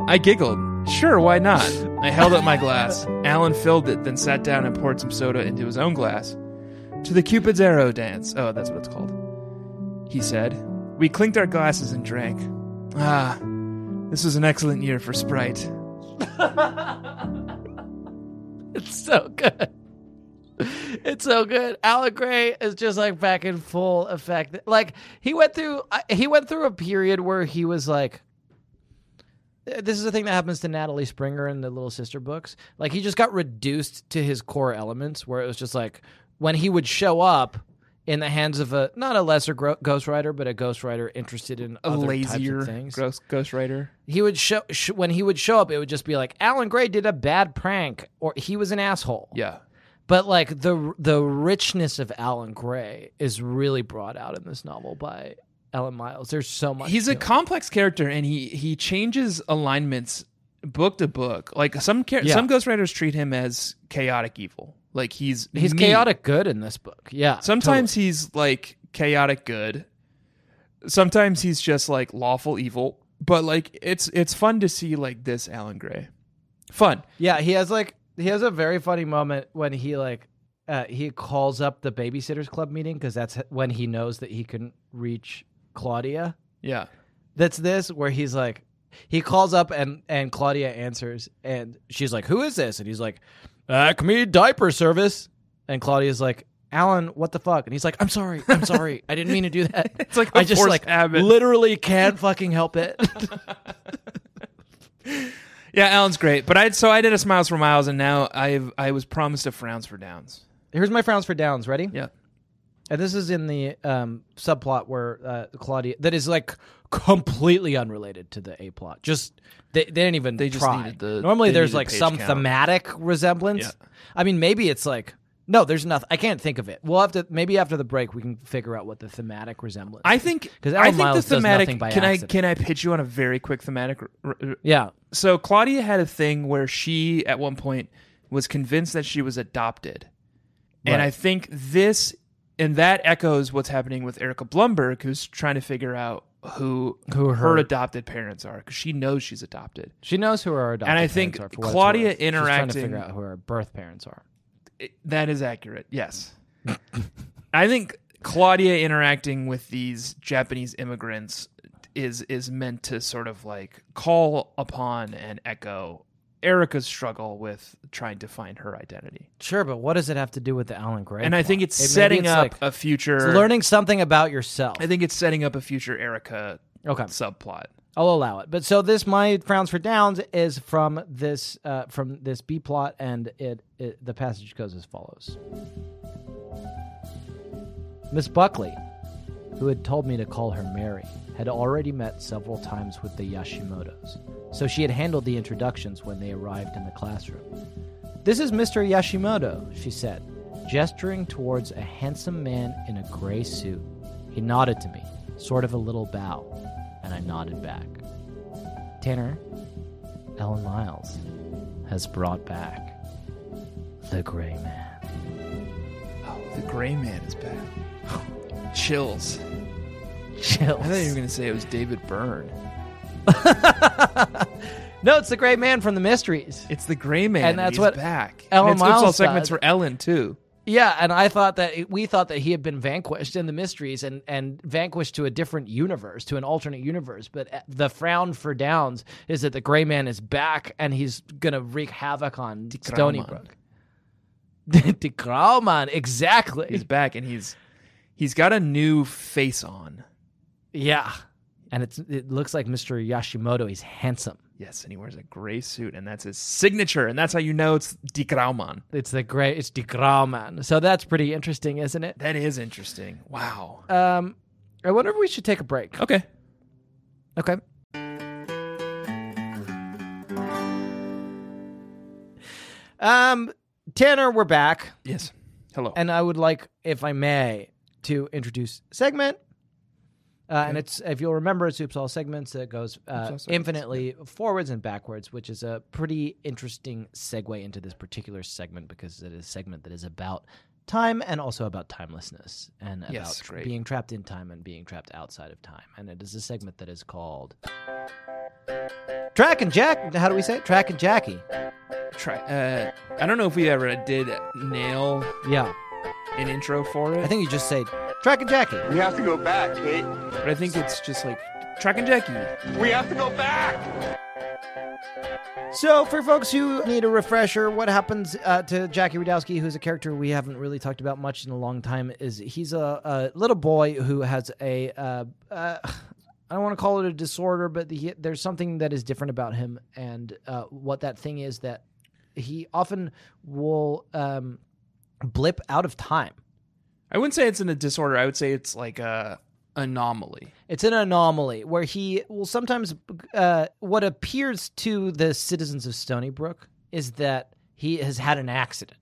Speaker 3: I giggled. Sure, why not? I held up my glass. Alan filled it, then sat down and poured some soda into his own glass. To the Cupid's Arrow dance. Oh, that's what it's called. He said. We clinked our glasses and drank. Ah, this was an excellent year for Sprite.
Speaker 2: It's so good. It's so good. Alan Gray is just like back in full effect. Like he went through, I- he went through a period where he was like, eh, this is the thing that happens to Natalie Springer in the Little Sister books. Like he just got reduced to his core elements, where it was just like when he would show up in the hands of a not a lesser gro- ghostwriter, but a ghostwriter interested in
Speaker 3: A
Speaker 2: other
Speaker 3: lazier
Speaker 2: types of things
Speaker 3: ghost ghostwriter.
Speaker 2: he would show sh- when he would show up it would just be like alan gray did a bad prank or he was an asshole
Speaker 3: Yeah.
Speaker 2: but like the the richness of alan gray is really brought out in this novel by ellen miles there's so much
Speaker 3: He's
Speaker 2: to
Speaker 3: a
Speaker 2: it.
Speaker 3: complex character and he he changes alignments book to book. Like some char-
Speaker 2: Yeah.
Speaker 3: some ghostwriters treat him as chaotic evil. Like he's
Speaker 2: he's
Speaker 3: mean.
Speaker 2: chaotic good in this book yeah
Speaker 3: Sometimes he's like chaotic good. Sometimes he's just like lawful evil. But like it's it's fun to see like this Alan Gray. Fun.
Speaker 2: Yeah, he has like he has a very funny moment when he like uh, he calls up the babysitters club meeting because that's when he knows that he can reach Claudia.
Speaker 3: Yeah.
Speaker 2: That's this where he's like he calls up and and Claudia answers and she's like, "Who is this?" and he's like, "Acme Diaper Service." And Claudia's like, "Alan, what the fuck?" And he's like, "I'm sorry. I'm sorry. I didn't mean to do that."
Speaker 3: It's like a
Speaker 2: I just
Speaker 3: forced
Speaker 2: like
Speaker 3: habit.
Speaker 2: literally can't fucking help it.
Speaker 3: Yeah, Alan's great. But I so I did a smiles for miles and now I've I was promised a frowns for downs.
Speaker 2: Here's my frowns for downs. Ready?
Speaker 3: Yeah.
Speaker 2: And this is in the um, subplot where uh, Claudia, that is like completely unrelated to the A plot. Just they, they didn't even
Speaker 3: They just
Speaker 2: try.
Speaker 3: needed the-
Speaker 2: Normally,
Speaker 3: they
Speaker 2: there's
Speaker 3: needed
Speaker 2: like
Speaker 3: page
Speaker 2: some
Speaker 3: count.
Speaker 2: thematic resemblance.
Speaker 3: Yeah.
Speaker 2: I mean, maybe it's like no, there's nothing. I can't think of it. We'll have to maybe after the break we can figure out what the thematic resemblance.
Speaker 3: I
Speaker 2: is.
Speaker 3: think
Speaker 2: 'Cause
Speaker 3: I
Speaker 2: Alan
Speaker 3: think
Speaker 2: Miles
Speaker 3: the
Speaker 2: does
Speaker 3: thematic.
Speaker 2: nothing by
Speaker 3: can I
Speaker 2: accident.
Speaker 3: can I pitch you on a very quick thematic? r- r- r-
Speaker 2: yeah,
Speaker 3: So Claudia had a thing where she at one point was convinced that she was adopted, and
Speaker 2: Right.
Speaker 3: I think this and that echoes what's happening with Erica Blumberg, who's trying to figure out who
Speaker 2: Who her-
Speaker 3: adopted parents are because she knows she's adopted.
Speaker 2: she knows who her adopted
Speaker 3: And I
Speaker 2: parents
Speaker 3: think
Speaker 2: are, for what it's
Speaker 3: Claudia
Speaker 2: worth. She's trying to
Speaker 3: interacting-
Speaker 2: figure out who her birth parents are.
Speaker 3: It- that is accurate. Yes. I think Claudia interacting with these Japanese immigrants is is meant to sort of like call upon and echo Erica's struggle with trying to find her identity.
Speaker 2: Sure, but what does it have to do with the Alan Gray?
Speaker 3: And I
Speaker 2: plot?
Speaker 3: think it's
Speaker 2: It- maybe
Speaker 3: setting
Speaker 2: it's
Speaker 3: up
Speaker 2: like-
Speaker 3: a future
Speaker 2: it's learning something about yourself.
Speaker 3: I think it's setting up a future Erica
Speaker 2: Okay.
Speaker 3: subplot.
Speaker 2: I'll allow it. But so this my frowns for downs is from this uh, from this B plot, and it, it the passage goes as follows: Miss Buckley, who had told me to call her Mary, had already met several times with the Yashimoto's, so she had handled the introductions when they arrived in the classroom. This is Mr. Yashimoto, she said, gesturing towards a handsome man in a gray suit. He nodded to me, sort of a little bow, and I nodded back. Tanner, Ellen Miles, has brought back the gray man.
Speaker 3: Oh, the gray man is back. Chills.
Speaker 2: Chills.
Speaker 3: I thought you were gonna say it was David Byrne.
Speaker 2: No, it's the gray man from the mysteries.
Speaker 3: It's the Gray Man,
Speaker 2: And that's
Speaker 3: he's
Speaker 2: what
Speaker 3: back.
Speaker 2: Ellen
Speaker 3: and it's Oops All
Speaker 2: Miles
Speaker 3: segments
Speaker 2: does.
Speaker 3: for Ellen too.
Speaker 2: Yeah, and I thought that we thought that he had been vanquished in the mysteries and and vanquished to a different universe, to an alternate universe. But uh, the frown for Downs is that the gray man is back and he's gonna wreak havoc on Stony
Speaker 3: Grauman.
Speaker 2: Brook. De Grauman, exactly.
Speaker 3: He's back, and he's he's got a new face on.
Speaker 2: yeah, and it's it looks like Mr. Yashimoto. He's handsome.
Speaker 3: Yes, and he wears a gray suit, and that's his signature, and that's how you know it's Die Graumann.
Speaker 2: It's the gray. It's De Grauman. So that's pretty interesting, isn't it?
Speaker 3: That is interesting. Wow.
Speaker 2: Um, I wonder if we should take a break.
Speaker 3: Okay.
Speaker 2: Okay. Um, Tanner, we're back,
Speaker 3: Yes. Hello.
Speaker 2: and I would like, if I may, to introduce a segment. Uh, And it's if you'll remember, it's Oops All Segments that goes
Speaker 3: All
Speaker 2: uh,
Speaker 3: Segments,
Speaker 2: infinitely forwards and backwards, which is a pretty interesting segue into this particular segment because it is a segment that is about time and also about timelessness and about
Speaker 3: Yes, great.
Speaker 2: being trapped in time and being trapped outside of time. And it is a segment that is called Track and Jack. How do we say it? Track and Jackie.
Speaker 3: Try. Uh, I don't know if we ever did nail
Speaker 2: Yeah,
Speaker 3: an intro for it.
Speaker 2: I think you just say Track and Jackie.
Speaker 6: We have to go back, Kate.
Speaker 3: but I think it's just like Track and Jackie.
Speaker 6: We have to go back.
Speaker 2: So, for folks who need a refresher, what happens uh, to Jackie Rudowski, who's a character we haven't really talked about much in a long time, is he's a, a little boy who has a. Uh, uh, I don't want to call it a disorder, but he, there's something that is different about him, and uh, what that thing is that he often will um, blip out of time.
Speaker 3: I wouldn't say it's in a disorder. I would say it's like a anomaly.
Speaker 2: It's an anomaly where he will sometimes, uh, what appears to the citizens of Stony Brook is that he has had an accident.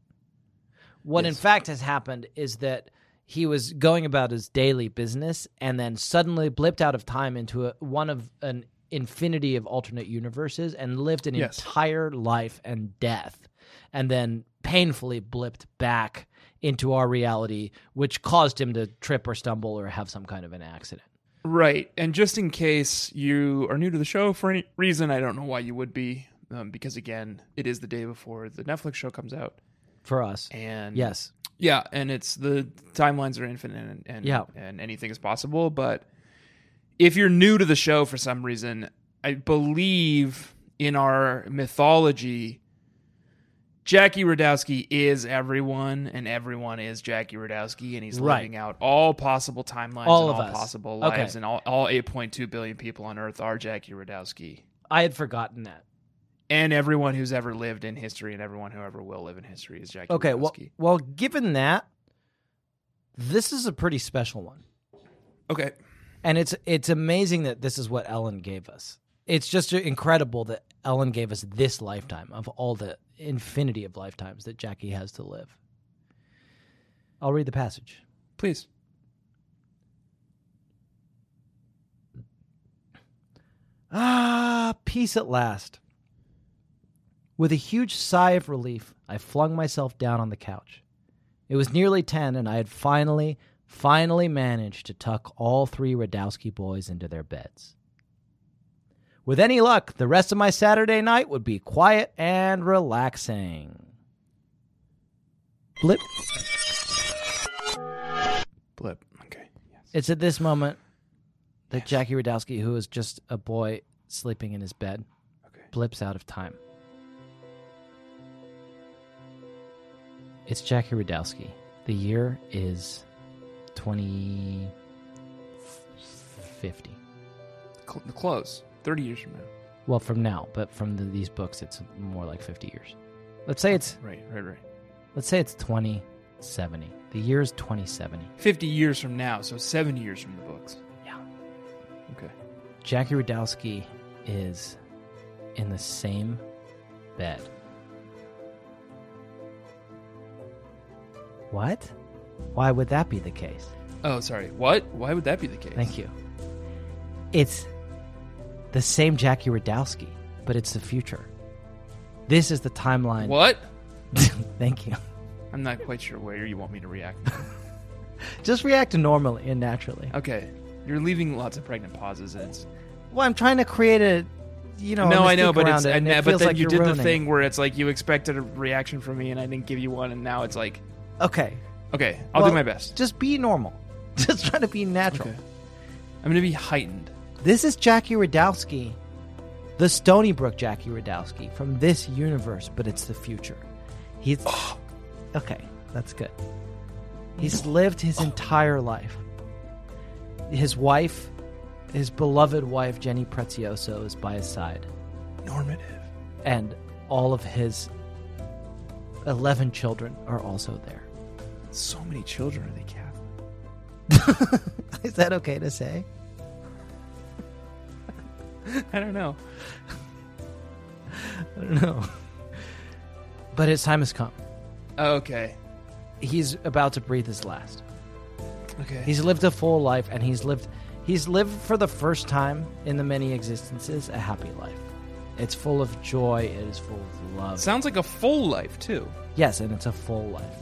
Speaker 2: What in
Speaker 3: Yes.
Speaker 2: fact has happened is that he was going about his daily business and then suddenly blipped out of time into a, one of an infinity of alternate universes and lived an
Speaker 3: Yes.
Speaker 2: entire life and death and then painfully blipped back into our reality which caused him to trip or stumble or have some kind of an accident
Speaker 3: Right. And just in case you are new to the show for any reason, I don't know why you would be, um, because again, it is the day before the Netflix show comes out.
Speaker 2: for us.
Speaker 3: And
Speaker 2: Yes.
Speaker 3: Yeah, and it's the timelines are infinite and, and
Speaker 2: Yeah.
Speaker 3: and anything is possible. But if you're new to the show for some reason, I believe in our mythology, Jackie Radowski is everyone, and everyone is Jackie Radowski, and he's
Speaker 2: Right.
Speaker 3: living out all possible timelines,
Speaker 2: All of
Speaker 3: and all
Speaker 2: us.
Speaker 3: possible
Speaker 2: Okay.
Speaker 3: lives, and all, all 8.2 billion people on Earth are Jackie Radowski,
Speaker 2: I had forgotten that.
Speaker 3: and everyone who's ever lived in history, and everyone who ever will live in history is Jackie.
Speaker 2: Okay,
Speaker 3: Radowski.
Speaker 2: well, well, given that, this is a pretty special one.
Speaker 3: okay,
Speaker 2: And it's it's amazing that this is what Ellen gave us. It's just incredible that Ellen gave us this lifetime of all the infinity of lifetimes that Jackie has to live. I'll read the passage.
Speaker 3: please.
Speaker 2: Ah, peace at last. With a huge sigh of relief, I flung myself down on the couch. It was nearly 10, and I had finally, finally managed to tuck all three Radowski boys into their beds. With any luck, the rest of my Saturday night would be quiet and relaxing. Blip.
Speaker 3: Blip. Okay.
Speaker 2: It's at this moment that Jackie Radowski, who is just a boy sleeping in his bed,
Speaker 3: Okay.
Speaker 2: blips out of time. It's Jackie Radowski. The year is 2050.
Speaker 3: Cl- close. 30 years from now.
Speaker 2: Well, from now, but from the, these books, it's more like 50 years. Let's say it's
Speaker 3: Right, right, right.
Speaker 2: let's say it's 2070. The year is 2070.
Speaker 3: 50 years from now, so 70 years from the books.
Speaker 2: Yeah.
Speaker 3: Okay.
Speaker 2: Jackie Radowski is in the same bed. What? Why would that be the case?
Speaker 3: Oh, sorry. What? Why would that be the case?
Speaker 2: Thank you. It's the same Jackie Radowski, but it's the future. This is the timeline.
Speaker 3: What?
Speaker 2: Thank you.
Speaker 3: I'm not quite sure where you want me to react.
Speaker 2: Just react normally
Speaker 3: Uh,
Speaker 2: and naturally.
Speaker 3: okay. You're leaving lots of pregnant pauses, and it's,
Speaker 2: Well, I'm trying to create a you know, a
Speaker 3: no, I know,
Speaker 2: mystique
Speaker 3: but
Speaker 2: around
Speaker 3: it's
Speaker 2: it, and
Speaker 3: and,
Speaker 2: it
Speaker 3: but
Speaker 2: feels
Speaker 3: then
Speaker 2: like
Speaker 3: you
Speaker 2: you're
Speaker 3: did the
Speaker 2: ruining
Speaker 3: thing where it's like you expected a reaction from me and I didn't give you one, and now it's like,
Speaker 2: it. Okay,
Speaker 3: okay, I'll
Speaker 2: Well,
Speaker 3: do my best.
Speaker 2: Just be normal. Just try to be natural.
Speaker 3: Okay. I'm gonna be heightened.
Speaker 2: This is Jackie Radowski, the Stony Brook Jackie Radowski from this universe, but it's the future. He's okay. That's good. He's lived his entire life. His wife, his beloved wife Jenny Prezioso, is by his side,
Speaker 3: Normative.
Speaker 2: and all of his eleven children are also there.
Speaker 3: So many children are they Catholic?
Speaker 2: Is that okay to say?
Speaker 3: I don't know.
Speaker 2: I don't know. But his time has come.
Speaker 3: Okay.
Speaker 2: He's about to breathe his last.
Speaker 3: Okay.
Speaker 2: He's lived a full life and he's lived he's lived for the first time in the many existences a happy life. It's full of joy, it is full of love.
Speaker 3: Sounds like a full life too.
Speaker 2: yes, and it's a full life.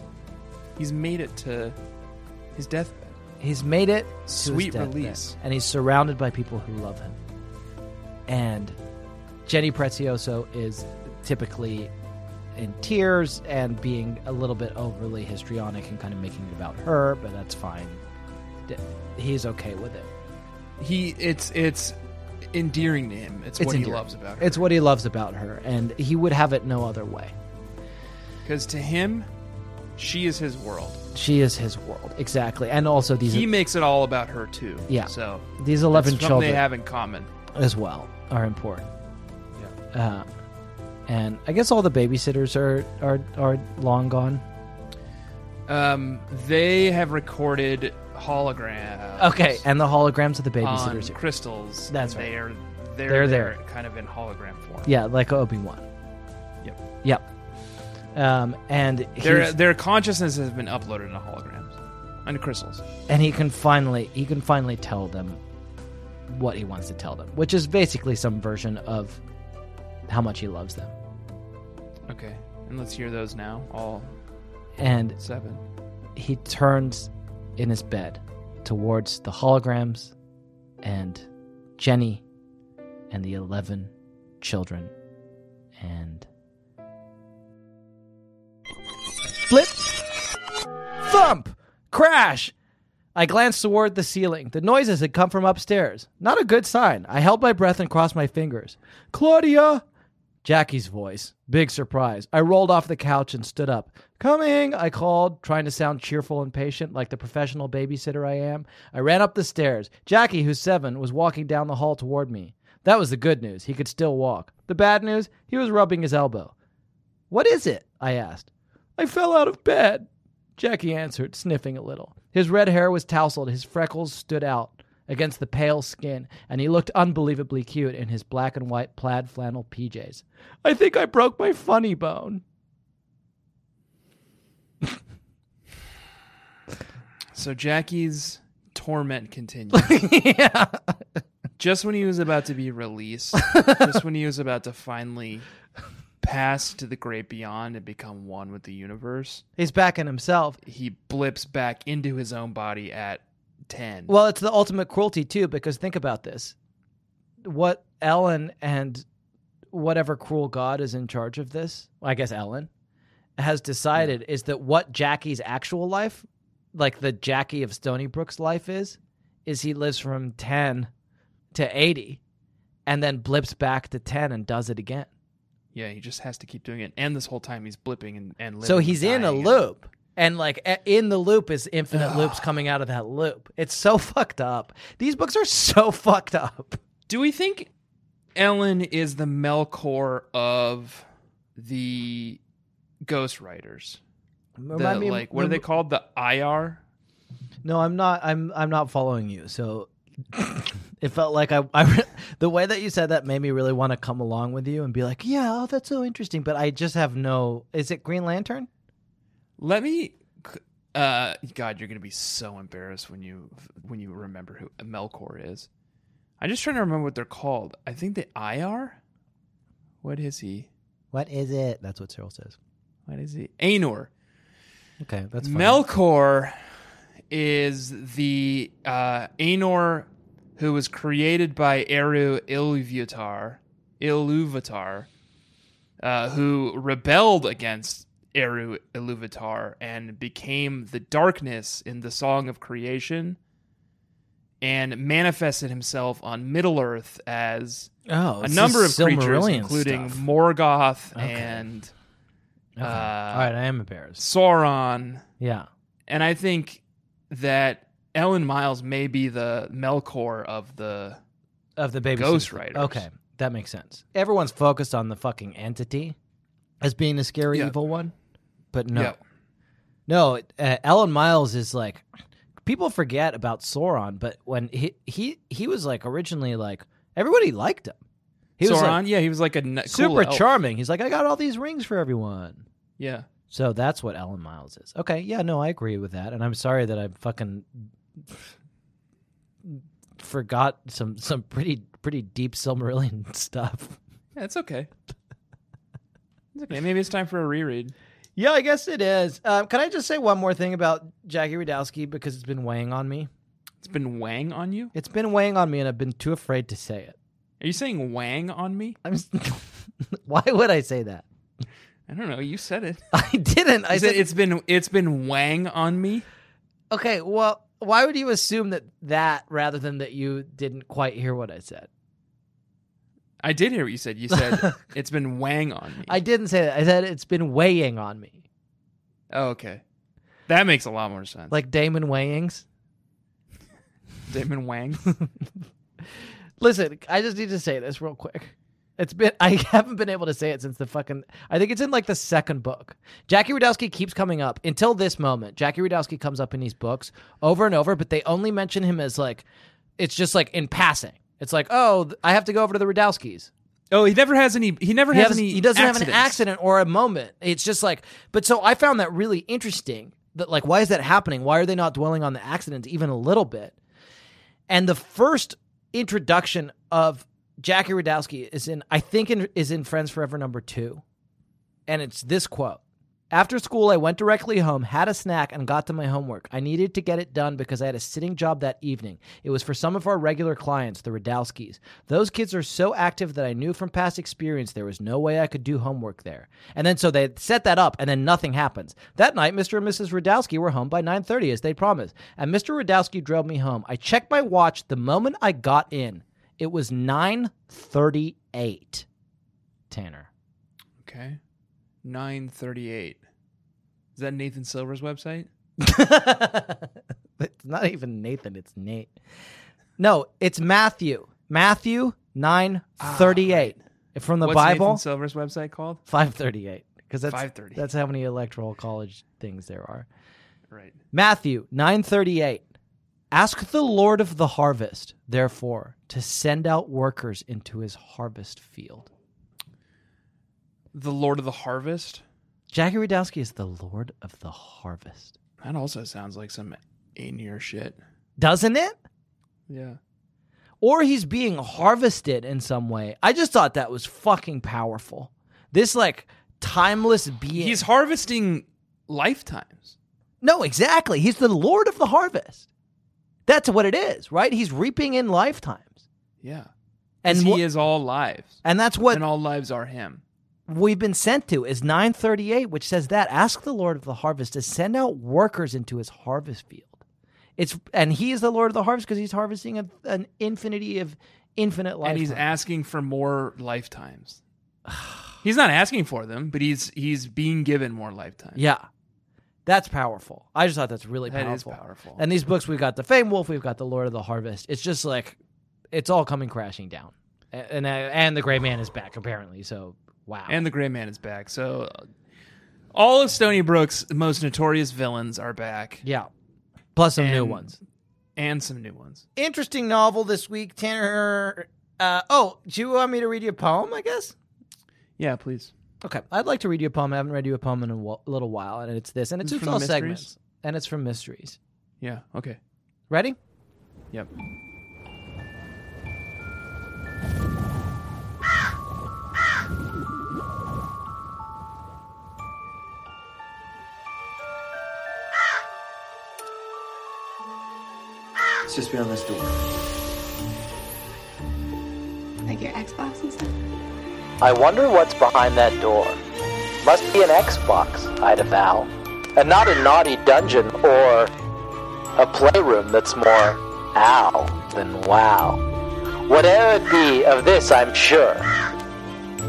Speaker 3: He's made it to his deathbed.
Speaker 2: He's made it to his
Speaker 3: Sweet
Speaker 2: deathbed,
Speaker 3: release.
Speaker 2: and he's surrounded by people who love him. And Jenny Prezioso is typically in tears and being a little bit overly histrionic and kind of making it about her, but that's fine. D- He's okay with it.
Speaker 3: He it's it's endearing to him. It's, what he
Speaker 2: endearing.
Speaker 3: loves about her.
Speaker 2: It's what he loves about her, and he would have it no other way.
Speaker 3: because to him, she is his world.
Speaker 2: She is his world, exactly. And also these
Speaker 3: He makes it all about her too.
Speaker 2: Yeah.
Speaker 3: So
Speaker 2: these eleven
Speaker 3: that's something
Speaker 2: children
Speaker 3: they have in common.
Speaker 2: as well are important. Yeah. Uh, and I guess all the babysitters are are are long gone.
Speaker 3: Um, they have recorded hologram.
Speaker 2: And the holograms of the
Speaker 3: on
Speaker 2: babysitters. are-
Speaker 3: crystals.
Speaker 2: That's right.
Speaker 3: they are they're,
Speaker 2: They're
Speaker 3: there,
Speaker 2: there.
Speaker 3: kind of in hologram form.
Speaker 2: yeah, like Obi Wan.
Speaker 3: Yep.
Speaker 2: Yep. Um, and
Speaker 3: Their
Speaker 2: he's,
Speaker 3: their consciousness has been uploaded into holograms, into crystals.
Speaker 2: and he can finally he can finally tell them what he wants to tell them, which is basically some version of how much he loves them.
Speaker 3: Okay. And let's hear those now. All
Speaker 2: And
Speaker 3: seven.
Speaker 2: he turns in his bed towards the holograms and Jenny and the 11 children and flip thump crash I glanced toward the ceiling. The noises had come from upstairs. Not a good sign. I held my breath and crossed my fingers. Claudia! Jackie's voice. Big surprise. I rolled off the couch and stood up. Coming, I called, trying to sound cheerful and patient like the professional babysitter I am. I ran up the stairs. Jackie, who's seven, was walking down the hall toward me. That was the good news. He could still walk. The bad news, he was rubbing his elbow. What is it? I asked. I fell out of bed. Jackie answered, sniffing a little. His red hair was tousled, his freckles stood out against the pale skin, and he looked unbelievably cute in his black and white plaid flannel PJs. I think I broke my funny bone.
Speaker 3: So Jackie's torment continues.
Speaker 2: yeah.
Speaker 3: just when he was about to be released, just when he was about to finally pass to the great beyond and become one with the universe,
Speaker 2: He's back in himself.
Speaker 3: he blips back into his own body at 10.
Speaker 2: Well, it's the ultimate cruelty, too, because think about this. What Ellen and whatever cruel god is in charge of this, well, I guess Ellen, has decided is that what Jackie's actual life, like the Jackie of Stony Brook's life is, is he lives from 10 to 80 and then blips back to 10 and does it again.
Speaker 3: yeah, he just has to keep doing it. And this whole time he's blipping and, and living.
Speaker 2: So
Speaker 3: and
Speaker 2: he's in a
Speaker 3: dying and-
Speaker 2: loop. And like a- in the loop is infinite loops coming out of that loop. It's so fucked up. These books are so fucked up.
Speaker 3: Do we think Ellen is the Melkor of the Ghost Riders?
Speaker 2: Remind
Speaker 3: The,
Speaker 2: me-
Speaker 3: like, what are they called? The IR?
Speaker 2: No, I'm not. I'm I'm not following you. So it felt like I, I re- the way that you said that made me really want to come along with you and be like, yeah, oh, that's so interesting. But I just have no. Is it Green Lantern?
Speaker 3: Let me. Uh, God, you're gonna be so embarrassed when you when you remember who Melkor is. I'm just trying to remember what they're called. I think the IR. What is he?
Speaker 2: What is it? That's what Cyril says.
Speaker 3: What is he? Anor.
Speaker 2: Okay, that's fine.
Speaker 3: Melkor is the uh, Anor who was created by Eru Iluvatar Iluvatar, uh, who rebelled against Eru Iluvatar and became the darkness in the Song of Creation and manifested himself on Middle Earth as
Speaker 2: Oh,
Speaker 3: a
Speaker 2: this
Speaker 3: number of
Speaker 2: is
Speaker 3: creatures,
Speaker 2: Silmarillion
Speaker 3: including
Speaker 2: stuff.
Speaker 3: Morgoth
Speaker 2: Okay.
Speaker 3: and
Speaker 2: Okay.
Speaker 3: uh,
Speaker 2: All right, I am embarrassed.
Speaker 3: Sauron.
Speaker 2: Yeah.
Speaker 3: And I think that Ellen Miles may be the Melkor of the.
Speaker 2: of the baby
Speaker 3: Ghost Riders.
Speaker 2: Okay, that makes sense. Everyone's focused on the fucking entity as being a scary
Speaker 3: Yeah.
Speaker 2: evil one, but no,
Speaker 3: Yeah.
Speaker 2: no. Uh, Alan Miles is like people forget about Sauron, but when he he he was like originally like everybody liked him. He
Speaker 3: Sauron,
Speaker 2: was like,
Speaker 3: yeah, he was like a ne- cool
Speaker 2: super
Speaker 3: elf.
Speaker 2: charming. He's like, I got all these rings for everyone.
Speaker 3: Yeah,
Speaker 2: So that's what Alan Miles is. Okay, yeah, no, I agree with that, and I'm sorry that I fucking forgot some some pretty pretty deep Silmarillion stuff.
Speaker 3: yeah, it's okay. it's okay. Maybe it's time for a reread.
Speaker 2: Yeah, I guess it is. Um, can I just say one more thing about Jackie Radowski because it's been weighing on me.
Speaker 3: It's been Wang on you.
Speaker 2: It's been weighing on me, and I've been too afraid to say it.
Speaker 3: Are you saying Wang on me?
Speaker 2: I'm. s- Why would I say that?
Speaker 3: I don't know. You said it.
Speaker 2: I didn't. I
Speaker 3: You said,
Speaker 2: said
Speaker 3: it's been it's been Wang on me.
Speaker 2: okay. Well, why would you assume that that rather than that you didn't quite hear what I said?
Speaker 3: I did hear what you said. You said it's been Wang on me.
Speaker 2: I didn't say that. I said it's been weighing on me.
Speaker 3: oh, okay, that makes a lot more sense.
Speaker 2: like Damon Wayans.
Speaker 3: Damon Wang.
Speaker 2: Listen, I just need to say this real quick. It's been I haven't been able to say it since the fucking I think it's in like the second book. Jackie Rudowski keeps coming up until this moment. Jackie Rudowski comes up in these books over and over, but they only mention him as like it's just like in passing. It's like, oh, th- I have to go over to the Rudowskis.
Speaker 3: oh, he never has any. He never
Speaker 2: He,
Speaker 3: has
Speaker 2: has-
Speaker 3: any.
Speaker 2: he doesn't have an
Speaker 3: accidents.
Speaker 2: accident or a moment. It's just like, but so I found that really interesting. That like, why is that happening? Why are they not dwelling on the accidents even a little bit? And the first introduction of Jackie Radowski is in, I think, in, is in Friends Forever number two, and it's this quote. After school, I went directly home, had a snack, and got to my homework. I needed to get it done because I had a sitting job that evening. It was for some of our regular clients, the Radowskis. Those kids are so active that I knew from past experience there was no way I could do homework there. And then so they set that up, and then nothing happens. That night, Mr. and Mrs. Radowski were home by 9:30 as they promised, and Mr. Radowski drove me home. I checked my watch the moment I got in. It was 9:38. Tanner.
Speaker 3: Okay. 938. Is that Nathan Silver's website?
Speaker 2: it's not even Nathan, it's Nate. No, it's Matthew. Matthew 938 from the
Speaker 3: What's
Speaker 2: Bible
Speaker 3: Nathan Silver's website called?
Speaker 2: 538 because that's
Speaker 3: 538.
Speaker 2: that's how many electoral college things there are.
Speaker 3: Right.
Speaker 2: Matthew 938 Ask the Lord of the harvest therefore to send out workers into his harvest field.
Speaker 3: The Lord of the Harvest?
Speaker 2: Jackie Radowski is the Lord of the harvest.
Speaker 3: That also sounds like some in your shit.
Speaker 2: Doesn't it?
Speaker 3: Yeah.
Speaker 2: or he's being harvested in some way. I just thought that was fucking powerful. This like timeless being.
Speaker 3: He's harvesting lifetimes.
Speaker 2: no, exactly. He's the lord of the harvest. That's what it is, right? He's reaping in lifetimes.
Speaker 3: Yeah. And
Speaker 2: And
Speaker 3: he
Speaker 2: wha-
Speaker 3: is all lives.
Speaker 2: and that's what
Speaker 3: and all lives are him.
Speaker 2: we've been sent to is 938 which says that ask the lord of the harvest to send out workers into his harvest field it's and he is the lord of the harvest because he's harvesting a, an infinity of infinite life
Speaker 3: And he's asking for more lifetimes. he's not asking for them, but he's he's being given more lifetimes.
Speaker 2: Yeah. That's powerful. I just thought that's really
Speaker 3: That is
Speaker 2: powerful.
Speaker 3: powerful.
Speaker 2: And these books, we've got The Fame Wolf, we've got The Lord of the Harvest. It's just like, it's all coming crashing down. A- And uh, and, The Gray Man is back, apparently. So, wow.
Speaker 3: And the Gray Man is back. So uh, all of Stony Brook's most notorious villains are back,
Speaker 2: yeah. Plus some new
Speaker 3: And-
Speaker 2: ones.
Speaker 3: and some new ones.
Speaker 2: Interesting novel this week, Tanner. Uh, oh, do you want me to read you a poem, I guess?
Speaker 3: Yeah, please.
Speaker 2: Okay, I'd like to read you a poem. I haven't read you a poem in a wa- little while, and it's this, and it's
Speaker 3: Is it
Speaker 2: two
Speaker 3: from
Speaker 2: all
Speaker 3: Mysteries?
Speaker 2: segments, and it's from Mysteries.
Speaker 3: Yeah. Okay.
Speaker 2: Ready?
Speaker 3: Yep.
Speaker 4: It's just beyond this door.
Speaker 7: I like your Xbox and stuff?
Speaker 8: I wonder what's behind that door. Must be an Xbox, I'd avow. And not a naughty dungeon or a playroom that's more ow than wow. Whatever it be of this, I'm sure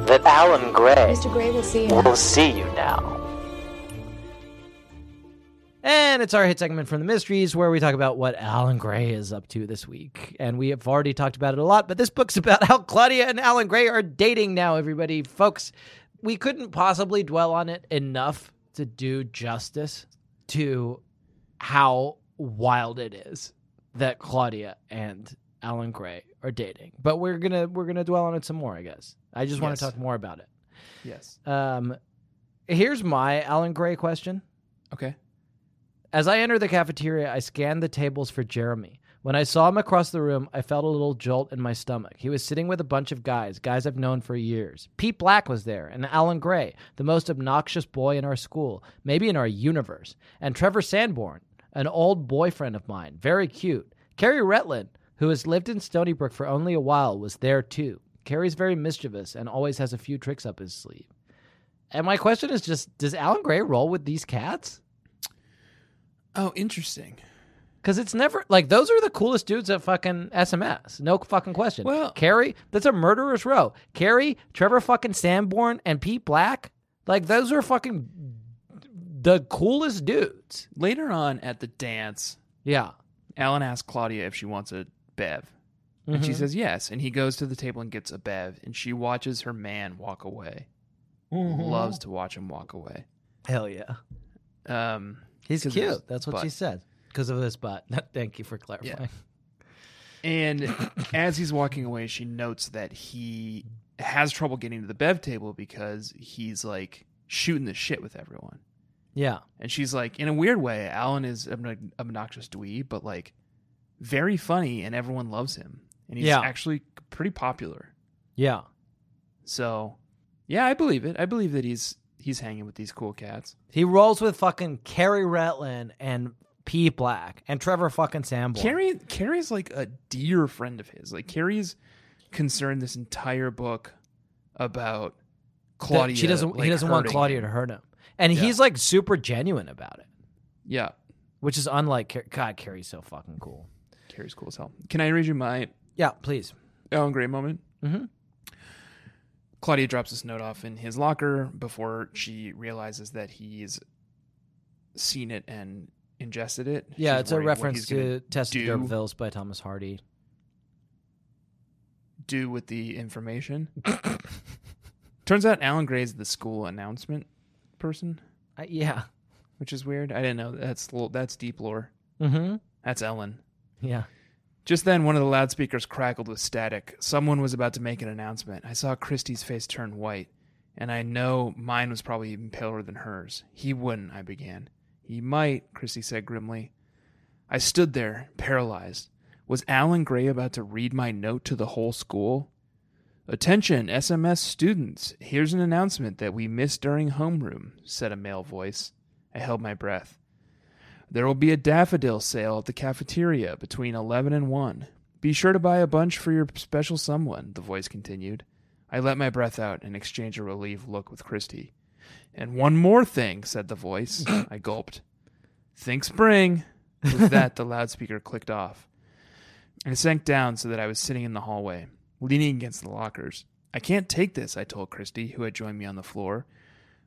Speaker 8: that Alan Gray
Speaker 7: Mr. Gray will see you.
Speaker 8: will see you now.
Speaker 2: And it's our hit segment from the mysteries where we talk about what Alan Gray is up to this week. And we have already talked about it a lot, but this book's about how Claudia and Alan Gray are dating now, everybody. Folks, we couldn't possibly dwell on it enough to do justice to how wild it is that Claudia and Alan Gray are dating. But we're going to we're going to dwell on it some more, I guess. I just want
Speaker 3: Yes.
Speaker 2: to talk more about it.
Speaker 3: Yes.
Speaker 2: Um here's my Alan Gray question.
Speaker 3: Okay.
Speaker 2: As I entered the cafeteria, I scanned the tables for Jeremy. When I saw him across the room, I felt a little jolt in my stomach. He was sitting with a bunch of guys, guys I've known for years. Pete Black was there, and Alan Gray, the most obnoxious boy in our school, maybe in our universe, and Trevor Sanborn, an old boyfriend of mine, very cute. Carrie Retlin, who has lived in Stony Brook for only a while, was there too. Carrie's very mischievous and always has a few tricks up his sleeve. And my question is just does Alan Gray roll with these cats?
Speaker 3: Oh, interesting.
Speaker 2: Because it's never like those are the coolest dudes at fucking SMS. No fucking question.
Speaker 3: Well-
Speaker 2: Carrie, that's a murderer's row. Carrie, Trevor fucking Sanborn, and Pete Black, like those are fucking the coolest dudes.
Speaker 3: Later on at the dance,
Speaker 2: Yeah.
Speaker 3: Alan asks Claudia if she wants a bev. And she
Speaker 2: Mhm.
Speaker 3: says yes. And he goes to the table and gets a bev. And she watches her man walk away.
Speaker 2: Mm-hmm.
Speaker 3: Loves to watch him walk away.
Speaker 2: Hell yeah.
Speaker 3: Um,
Speaker 2: He's
Speaker 3: 'cause of his
Speaker 2: cute. That's what she
Speaker 3: butt.
Speaker 2: said. Because of this butt. Thank you for clarifying.
Speaker 3: And as he's walking away, she notes that he has trouble getting to the bev table because he's like shooting the shit with everyone.
Speaker 2: Yeah.
Speaker 3: And she's like, in a weird way, Alan is an obnoxious dweeb, but like very funny, and everyone loves him, and he's
Speaker 2: Yeah.
Speaker 3: actually pretty popular.
Speaker 2: Yeah.
Speaker 3: So, yeah, I believe it. I believe that he's he's hanging with these cool cats.
Speaker 2: He rolls with fucking Carrie Retlin and Pete Black and Trevor fucking Sanborn.
Speaker 3: Carrie Carrie's like a dear friend of his. Like Carrie's concerned this entire book about
Speaker 2: That
Speaker 3: Claudia.
Speaker 2: She doesn't
Speaker 3: like,
Speaker 2: he doesn't want
Speaker 3: hurting
Speaker 2: Claudia
Speaker 3: him.
Speaker 2: to hurt him. And
Speaker 3: Yeah.
Speaker 2: he's like super genuine about it.
Speaker 3: Yeah,
Speaker 2: which is unlike Car- God. Carrie's so fucking cool.
Speaker 3: Carrie's cool as hell. Can I read you my
Speaker 2: Yeah, please.
Speaker 3: Alan Gray moment?
Speaker 2: Mhm.
Speaker 3: Claudia drops this note off in his locker before she realizes that he's seen it and ingested it.
Speaker 2: Yeah,
Speaker 3: She's
Speaker 2: it's a
Speaker 3: worried what
Speaker 2: reference
Speaker 3: he's
Speaker 2: to
Speaker 3: gonna
Speaker 2: Test of
Speaker 3: do-
Speaker 2: D'Urville's by Thomas Hardy.
Speaker 3: do with the information. Turns out Alan Gray's the school announcement person,
Speaker 2: Uh, yeah.
Speaker 3: which is weird. I didn't know that's l- that's deep lore.
Speaker 2: Mm-hmm.
Speaker 3: That's Ellen.
Speaker 2: Yeah.
Speaker 3: Just then, one of the loudspeakers crackled with static. Someone was about to make an announcement. I saw Christie's face turn white, and I know mine was probably even paler than hers. He wouldn't, I began. He might, Christie said grimly. I stood there, paralyzed. Was Alan Gray about to read my note to the whole school? Attention, SMS students. Here's an announcement that we missed during homeroom, said a male voice. I held my breath. There will be a daffodil sale at the cafeteria between 11 and 1. Be sure to buy a bunch for your special someone, the voice continued. I let my breath out and exchanged a relieved look with Christie. And one more thing, said the voice. I gulped. Think spring. With that, the loudspeaker clicked off. I sank down so that I was sitting in the hallway, leaning against the lockers. I can't take this, I told Christie, who had joined me on the floor.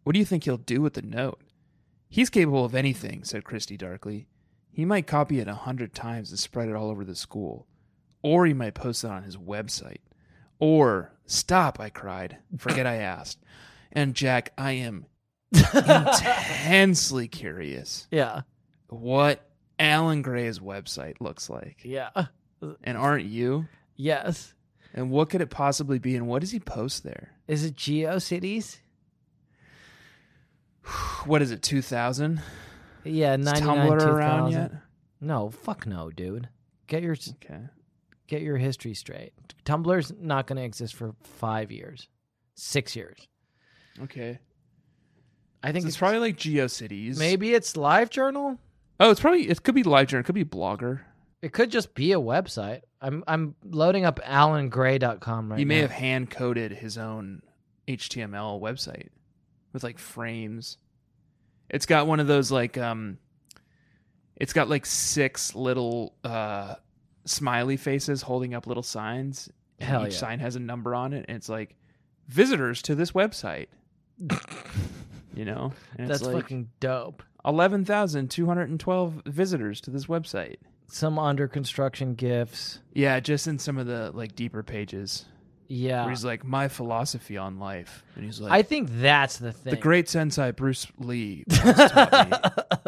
Speaker 3: What do you think he'll do with the note? He's capable of anything, said Christie darkly. He might copy it a hundred times and spread it all over the school. Or he might post it on his website. Or, stop, I cried. Forget I asked. And Jack, I am intensely curious
Speaker 2: Yeah.
Speaker 3: what Alan Gray's website looks like.
Speaker 2: Yeah.
Speaker 3: And aren't you?
Speaker 2: Yes.
Speaker 3: And what could it possibly be? And what does he post there?
Speaker 2: Is it GeoCities?
Speaker 3: What is it, 2000?
Speaker 2: Yeah.
Speaker 3: Is
Speaker 2: Ninety nine.
Speaker 3: Tumblr around yet?
Speaker 2: No. Fuck no, dude. Get your
Speaker 3: Okay.
Speaker 2: get your history straight. Tumblr's not going to exist for five years, six years.
Speaker 3: Okay.
Speaker 2: I think
Speaker 3: So it's probably like GeoCities.
Speaker 2: maybe it's LiveJournal.
Speaker 3: Oh, it's probably it could be LiveJournal, it could be Blogger.
Speaker 2: It could just be a website. I'm I'm loading up alangray.com right
Speaker 3: He
Speaker 2: now.
Speaker 3: may have hand coded his own HTML website with like frames. It's got one of those like um it's got like six little uh smiley faces holding up little signs. and
Speaker 2: Hell
Speaker 3: each
Speaker 2: yeah.
Speaker 3: sign has a number on it and it's like visitors to this website. you know? And
Speaker 2: That's
Speaker 3: it's like
Speaker 2: fucking dope.
Speaker 3: 11,212 visitors to this website.
Speaker 2: Some under construction gifts.
Speaker 3: Yeah, just in some of the like deeper pages where
Speaker 2: Yeah.
Speaker 3: he's like my philosophy on life and he's like
Speaker 2: I think that's the thing.
Speaker 3: The great sensei Bruce Lee once taught me.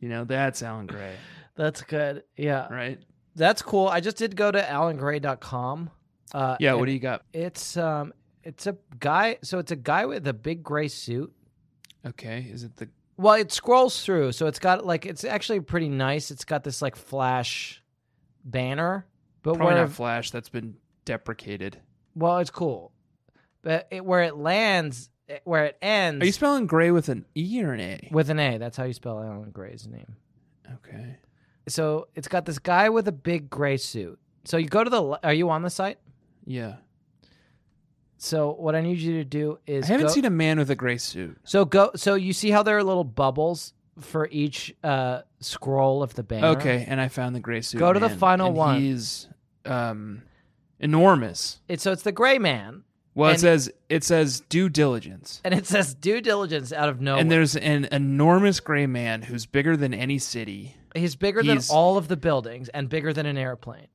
Speaker 3: You know, that's Alan Gray,
Speaker 2: That's good. Yeah.
Speaker 3: right?
Speaker 2: That's cool. I just did go to alangray.com. Uh,
Speaker 3: Yeah,
Speaker 2: and
Speaker 3: what do you got?
Speaker 2: It's um, it's a guy. So it's a guy with a big gray suit.
Speaker 3: Okay, is it the
Speaker 2: Well, it scrolls through, so it's got like it's actually pretty nice. It's got this like flash banner, but
Speaker 3: probably
Speaker 2: where
Speaker 3: not Flash that's been deprecated?
Speaker 2: well, it's cool, but it, where it lands, it- where it ends
Speaker 3: Are you spelling Gray with an E or an A?
Speaker 2: with an A. That's how you spell Alan Gray's name.
Speaker 3: Okay.
Speaker 2: So it's got this guy with a big gray suit. So you go to the. le- Are you on the site?
Speaker 3: Yeah.
Speaker 2: So what I need you to do
Speaker 3: I
Speaker 2: is
Speaker 3: haven't
Speaker 2: go-
Speaker 3: seen a man with a gray suit.
Speaker 2: So go. So you see how there are little bubbles for each uh, scroll of the banner.
Speaker 3: Okay, and I found the gray suit.
Speaker 2: Go to the
Speaker 3: man,
Speaker 2: final
Speaker 3: and
Speaker 2: one.
Speaker 3: He's um enormous.
Speaker 2: It's, so it's the gray man,
Speaker 3: Well, it
Speaker 2: And-
Speaker 3: says it says due diligence.
Speaker 2: and it says due diligence out of nowhere.
Speaker 3: And there's an enormous gray man who's bigger than any city.
Speaker 2: he's bigger
Speaker 3: he's-
Speaker 2: than all of the buildings and bigger than an airplane.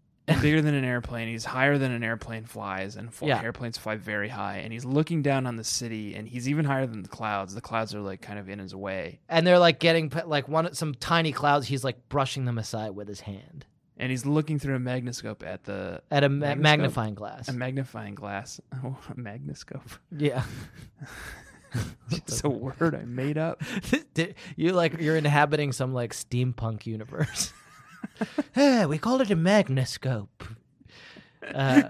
Speaker 3: bigger than an airplane. He's higher than an airplane flies, and fly,
Speaker 2: Yeah.
Speaker 3: airplanes fly very high. And he's looking down on the city, and he's even higher than the clouds. The clouds are like kind of in his way,
Speaker 2: And they're like getting put- like one some tiny clouds. He's like brushing them aside with his hand
Speaker 3: and he's looking through a magnoscope at the
Speaker 2: at a ma-
Speaker 3: Magnuscope?
Speaker 2: magnifying glass.
Speaker 3: a magnifying glass. Oh, a magnoscope.
Speaker 2: yeah,
Speaker 3: It's a word I made up.
Speaker 2: Did- you like you're inhabiting some like steampunk universe. Eh, we call it a magnoscope. Uh,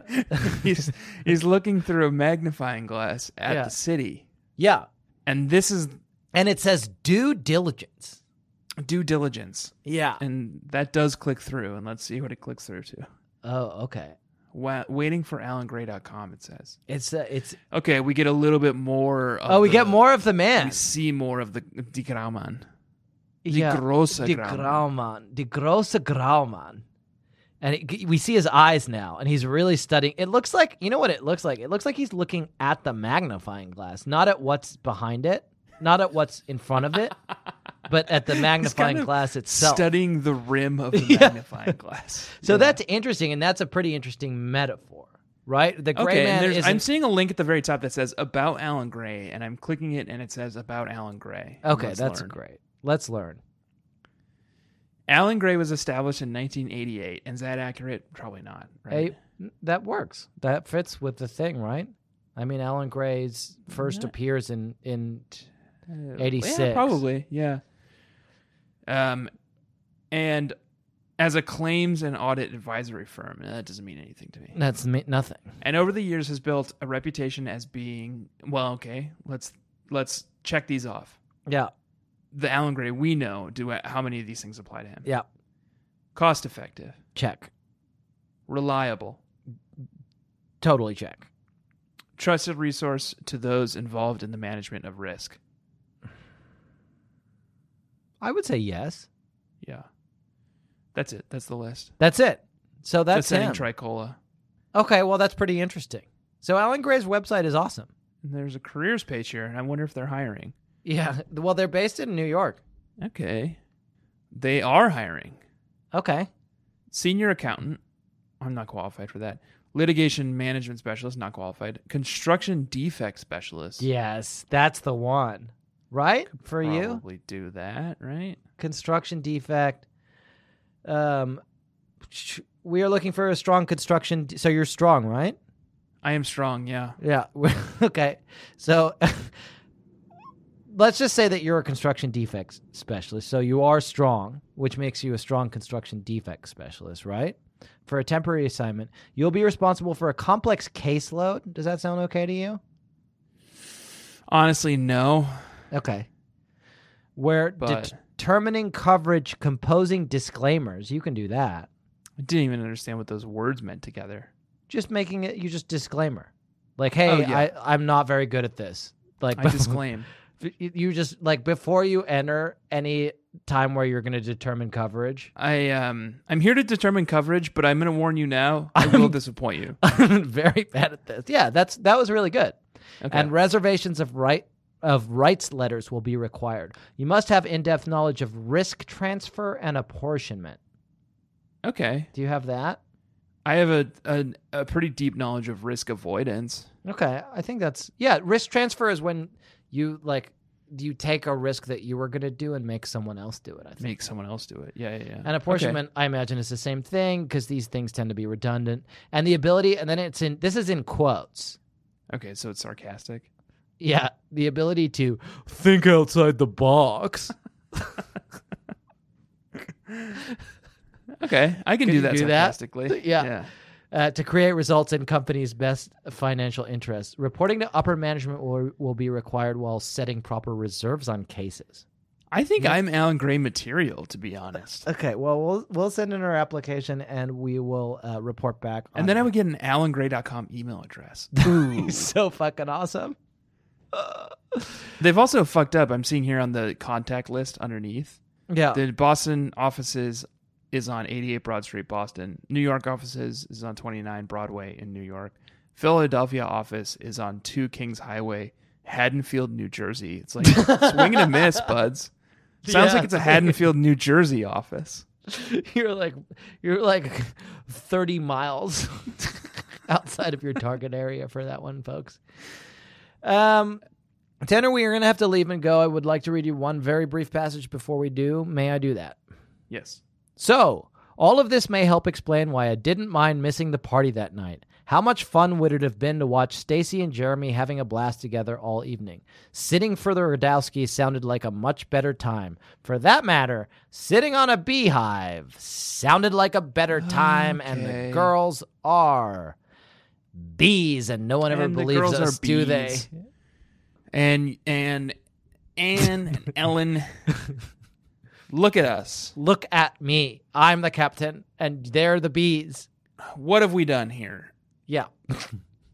Speaker 3: He's he's looking through a magnifying glass at
Speaker 2: Yeah.
Speaker 3: the city,
Speaker 2: yeah,
Speaker 3: and this is
Speaker 2: and it says due diligence.
Speaker 3: due diligence,
Speaker 2: Yeah.
Speaker 3: and that does click through. And let's see what it clicks through to.
Speaker 2: Oh, okay.
Speaker 3: Wa- waiting for AlanGray.com. It says.
Speaker 2: It's uh, it's.
Speaker 3: Okay, we get a little bit more. Of
Speaker 2: Oh, we
Speaker 3: the-
Speaker 2: get more of the
Speaker 3: We
Speaker 2: man.
Speaker 3: see more of the Die Graumann. Die
Speaker 2: Yeah.
Speaker 3: große
Speaker 2: Die
Speaker 3: Graumann.
Speaker 2: Graumann. Die große Graumann. And it, we see his eyes now, and he's really studying. It looks like you know what it looks like. It looks like he's looking at the magnifying glass, not at what's behind it, not at what's in front of it, but at the
Speaker 3: He's
Speaker 2: magnifying
Speaker 3: kind of
Speaker 2: glass itself.
Speaker 3: Studying the rim of the
Speaker 2: Yeah.
Speaker 3: magnifying glass.
Speaker 2: so that's interesting, and that's a pretty interesting metaphor, right? The gray
Speaker 3: okay, and
Speaker 2: man
Speaker 3: there's-
Speaker 2: is
Speaker 3: I'm seeing a link at the very top that says about Alan Gray, and I'm clicking it, and it says about Alan Gray.
Speaker 2: okay.
Speaker 3: Let's
Speaker 2: That's
Speaker 3: learn.
Speaker 2: great. Let's learn.
Speaker 3: Alan Gray was established in 1988. Is that accurate? Probably not. Right?
Speaker 2: Hey, that works. That fits with the thing, right? I mean, Alan Gray's first appears in in
Speaker 3: Uh,
Speaker 2: 86.
Speaker 3: Yeah, probably, yeah. Um, and as a claims and audit advisory firm, uh, that doesn't mean anything to me.
Speaker 2: that's me- nothing.
Speaker 3: and over the years has built a reputation as being well okay let's let's check these off
Speaker 2: Yeah,
Speaker 3: the alan gray we know do how many of these things apply to him
Speaker 2: yeah.
Speaker 3: cost effective
Speaker 2: Check.
Speaker 3: reliable
Speaker 2: Totally check.
Speaker 3: trusted resource to those involved in the management of risk
Speaker 2: I would say yes.
Speaker 3: yeah that's it that's the list
Speaker 2: That's it. So that's
Speaker 3: just saying
Speaker 2: him.
Speaker 3: tricola
Speaker 2: okay, well that's pretty interesting. So Alan Gray's website is awesome.
Speaker 3: and there's a careers page here and i wonder if they're hiring
Speaker 2: Yeah. Well, they're based in New York.
Speaker 3: okay they are hiring
Speaker 2: Okay.
Speaker 3: senior accountant. I'm not qualified for that. Litigation management specialist, not qualified. Construction defect specialist.
Speaker 2: Yes, that's the one. Right? For you?
Speaker 3: probably do that, right?
Speaker 2: construction defect. Um, sh- we are looking for a strong construction. De- so you're strong, right?
Speaker 3: I am strong. Yeah,
Speaker 2: Yeah. we're- okay. So let's just say that you're a construction defects specialist. So you are strong, which makes you a strong construction defect specialist, right? For a temporary assignment, you'll be responsible for a complex caseload. Does that sound okay to you?
Speaker 3: honestly, no.
Speaker 2: Okay. Where
Speaker 3: But-
Speaker 2: determining coverage, composing disclaimers. You can do that.
Speaker 3: I didn't even understand what those words meant together.
Speaker 2: Just making it, you just disclaimer. Like, hey,
Speaker 3: Oh, yeah.
Speaker 2: I, I'm not very good at this. Like,
Speaker 3: I disclaim.
Speaker 2: you- you just like before you enter any time where you're going to determine coverage.
Speaker 3: I um I'm here to determine coverage, but I'm going to warn you now. I will disappoint you.
Speaker 2: I'm very bad at this. Yeah, that's that was really good.
Speaker 3: Okay.
Speaker 2: And reservations of right of rights letters will be required. You must have in-depth knowledge of risk transfer and apportionment.
Speaker 3: Okay.
Speaker 2: Do you have that?
Speaker 3: I have a, a a pretty deep knowledge of risk avoidance.
Speaker 2: Okay, I think that's yeah. Risk transfer is when you like you take a risk that you were going to do and make someone else do it. I think.
Speaker 3: Make someone else do it. Yeah, yeah, yeah.
Speaker 2: And apportionment, I imagine, is the same thing because these things tend to be redundant. And the ability, and then it's in this is in quotes.
Speaker 3: Okay. okay, so it's sarcastic.
Speaker 2: Yeah, the ability to think outside the box.
Speaker 3: Okay, I can,
Speaker 2: Can
Speaker 3: do
Speaker 2: you
Speaker 3: that
Speaker 2: do that?
Speaker 3: sarcastically.
Speaker 2: Yeah.
Speaker 3: yeah.
Speaker 2: uh, to create results in companies' best financial interests. Reporting to upper management will, will be required while setting proper reserves on cases.
Speaker 3: I think I'm Alan Gray material, to be honest.
Speaker 2: Okay, well, we'll we'll send in our application and we will uh, report back.
Speaker 3: And then I would get an AlanGray.com email address.
Speaker 2: be so fucking awesome.
Speaker 3: They've also fucked up. I'm seeing here on the contact list underneath.
Speaker 2: Yeah,
Speaker 3: The Boston offices is on 88 Broad Street, Boston. New York offices is on 29 Broadway in New York. Philadelphia office is on 2 Kings Highway, Haddonfield, New Jersey. It's like swing and a miss, buds. Sounds
Speaker 2: Yeah.
Speaker 3: like it's a Haddonfield, New Jersey office.
Speaker 2: you're like you're like thirty miles outside of your target area for that one, folks. Um, Tanner, we are going to have to leave and go. I would like to read you one very brief passage before we do. May I do that?
Speaker 3: Yes.
Speaker 2: So, all of this may help explain why I didn't mind missing the party that night. How much fun would it have been to watch Stacy and Jeremy having a blast together all evening? Sitting for the Radowski sounded like a much better time. For that matter, sitting on a beehive sounded like a better time, and the
Speaker 3: Okay.
Speaker 2: girls are bees, and no one ever
Speaker 3: And the
Speaker 2: believes
Speaker 3: girls are
Speaker 2: us, do they?
Speaker 3: bees. And and Anne and Ellen look at us.
Speaker 2: Look at me. I'm the captain, and they're the bees.
Speaker 3: What have we done here?
Speaker 2: Yeah.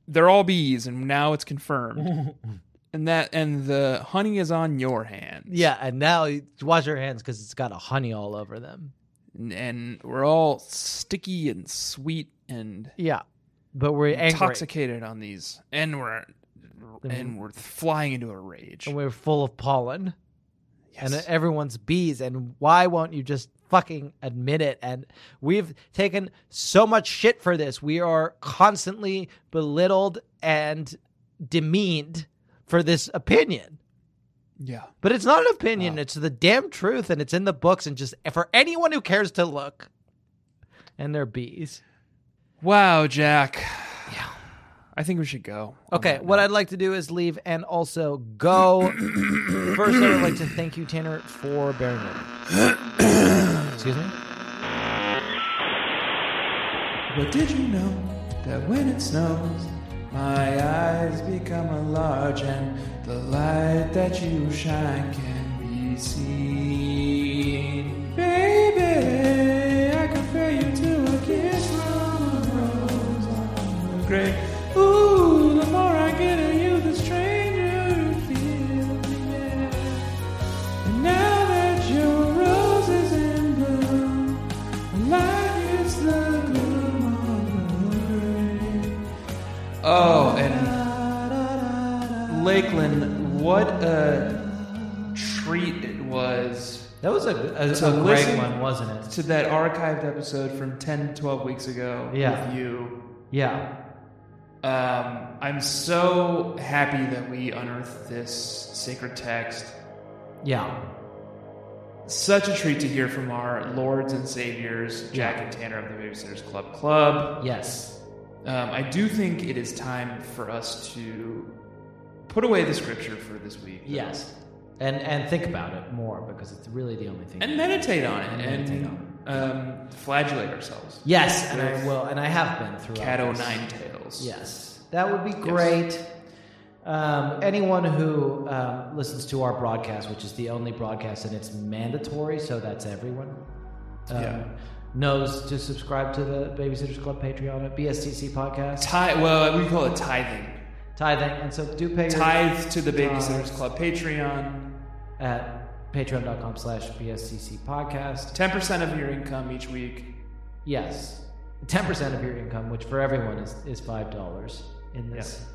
Speaker 3: They're all bees and now it's confirmed. and that and the honey is on your hand.
Speaker 2: Yeah, and now you wash your hands because it's got a honey all over them.
Speaker 3: And, and we're all sticky and sweet and
Speaker 2: Yeah, but we're angry Mm-hmm.
Speaker 3: intoxicated on these and we're and we're flying into a rage.
Speaker 2: and we're full of pollen,
Speaker 3: Yes.
Speaker 2: and everyone's bees. And why won't you just fucking admit it? And we've taken so much shit for this. We are constantly belittled and demeaned for this opinion.
Speaker 3: yeah.
Speaker 2: But it's not an opinion; it's the damn truth, and it's in the books. And just for anyone who cares to look, and they're bees.
Speaker 3: Wow, Jack. I think we should go. on
Speaker 2: Okay,
Speaker 3: that
Speaker 2: what
Speaker 3: note.
Speaker 2: I'd like to do is leave and also go. First, I would like to thank you, Tanner, for bearing with me. Excuse me?
Speaker 3: But did you know that when it snows, my eyes become large and the light that you shine can be seen? Baby, I compare you to a kiss from a rose on the grave. Ooh, the more I get at you, the stranger it feels. yeah. And now that your rose is in bloom, Oh, and Lakeland, what a treat it was
Speaker 2: That was a, a,
Speaker 3: To
Speaker 2: a great
Speaker 3: listen-
Speaker 2: one, wasn't it?
Speaker 3: to that archived episode from 10, 12 weeks ago
Speaker 2: Yeah.
Speaker 3: with you.
Speaker 2: Yeah.
Speaker 3: Um, I'm so happy that we unearthed this sacred text.
Speaker 2: Yeah.
Speaker 3: Such a treat to hear from our lords and saviors, Jack and Tanner of the Babysitters Club Club.
Speaker 2: Yes.
Speaker 3: Um, I do think it is time for us to put away the scripture for this week.
Speaker 2: Yes. And and think about it more because it's really the only thing.
Speaker 3: And meditate on it and
Speaker 2: Meditate on
Speaker 3: um, flagellate ourselves.
Speaker 2: yes, and I will, and I have been throughout.
Speaker 3: Cat o'
Speaker 2: this.
Speaker 3: nine tails.
Speaker 2: Yes. That would be great.
Speaker 5: Um, anyone who um, listens to our broadcast, which is the only broadcast and it's mandatory, so that's everyone, um,
Speaker 3: Yeah.
Speaker 5: knows to subscribe to the Babysitters Club Patreon at BSTC Podcast.
Speaker 3: Tithe. Well, we call it tithing.
Speaker 5: Tithing. And so do pay your
Speaker 3: Tithe to the
Speaker 5: Tithes.
Speaker 3: Babysitters Club Patreon.
Speaker 5: at patreon.com slash BSTC Podcast.
Speaker 3: Ten percent of your income each week.
Speaker 5: Yes. 10% of your income, which for everyone is, is $5 in this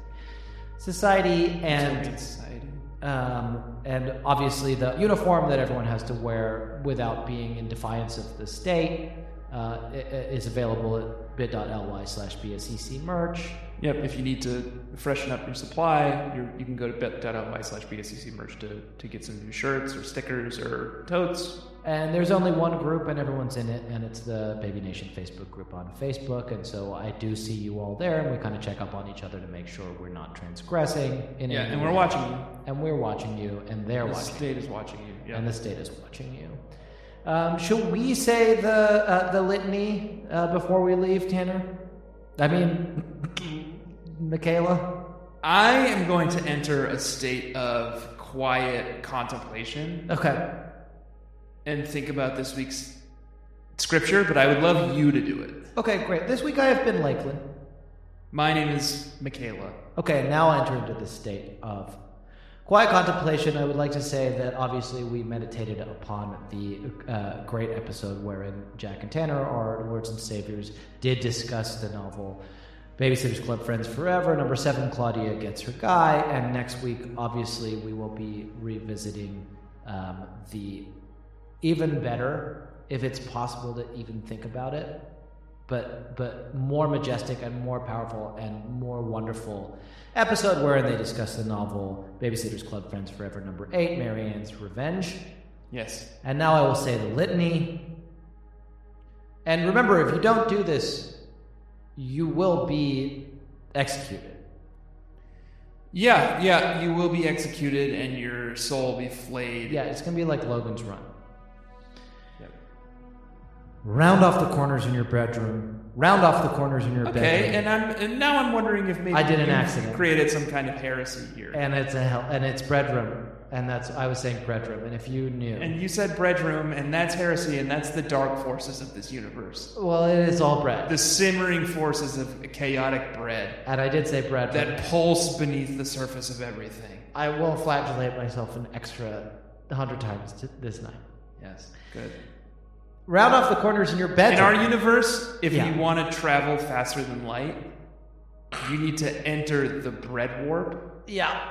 Speaker 5: society. And.
Speaker 3: Great society.
Speaker 5: um, and obviously the uniform that everyone has to wear without being in defiance of the state uh, i- i- is available at bit.ly slash bscc merch
Speaker 3: Yep. If you need to freshen up your supply, you're, you can go to bit.ly slash bscc merch to, to get some new shirts or stickers or totes.
Speaker 5: and there's only one group and everyone's in it and it's the baby nation facebook group on facebook and so i do see you all there and we kind of check up on each other to make sure we're not transgressing in
Speaker 3: Yeah,
Speaker 5: any
Speaker 3: and we're
Speaker 5: way.
Speaker 3: watching you.
Speaker 5: and we're watching you and they're
Speaker 3: The
Speaker 5: watching
Speaker 3: state is watching you. Yeah.
Speaker 5: and the state is watching you. Um, should we say the uh, the litany uh, before we leave, Tanner? I mean, Michaela.
Speaker 3: I am going to enter a state of quiet contemplation
Speaker 5: Okay.
Speaker 3: and think about this week's scripture, but I would love you to do it.
Speaker 5: Okay, great. This week I have been Lakeland.
Speaker 3: My name is Michaela.
Speaker 5: Okay, now I enter into the state of quiet contemplation. I would like to say that obviously we meditated upon the uh, great episode wherein Jack and Tanner, our lords and saviors, did discuss the novel Babysitters Club Friends Forever. Number seven, Claudia gets her guy. And next week, obviously, we will be revisiting um, the even better, if it's possible to even think about it, but but more majestic and more powerful and more wonderful episode wherein they discuss the novel Babysitter's Club Friends Forever number 8 Marianne's Revenge.
Speaker 3: Yes.
Speaker 5: And now I will say the litany. And remember if you don't do this you will be executed.
Speaker 3: Yeah, yeah, you will be executed and your soul will be flayed.
Speaker 5: Yeah, it's going to be like Logan's Run.
Speaker 3: Yep.
Speaker 5: Round off the corners in your bedroom. Round off the corners in your
Speaker 3: Okay,
Speaker 5: bedroom.
Speaker 3: and I'm and now I'm wondering if maybe
Speaker 5: I did an
Speaker 3: you've
Speaker 5: accident.
Speaker 3: created some kind of heresy here.
Speaker 5: and it's a hell, and it's breadroom, and that's I was saying breadroom, and if you knew,
Speaker 3: And you said breadroom, and that's heresy, and that's the dark forces of this universe.
Speaker 5: well, it is all bread,
Speaker 3: The simmering forces of chaotic bread
Speaker 5: and I did say breadroom.
Speaker 3: that pulse beneath the surface of everything.
Speaker 5: I will flagellate myself an extra hundred times t- this night.
Speaker 3: Yes, good.
Speaker 5: Round off the corners in your
Speaker 3: In
Speaker 5: bedroom.
Speaker 3: our universe, if
Speaker 5: Yeah.
Speaker 3: you want to travel faster than light, you need to enter the bread warp,
Speaker 5: yeah.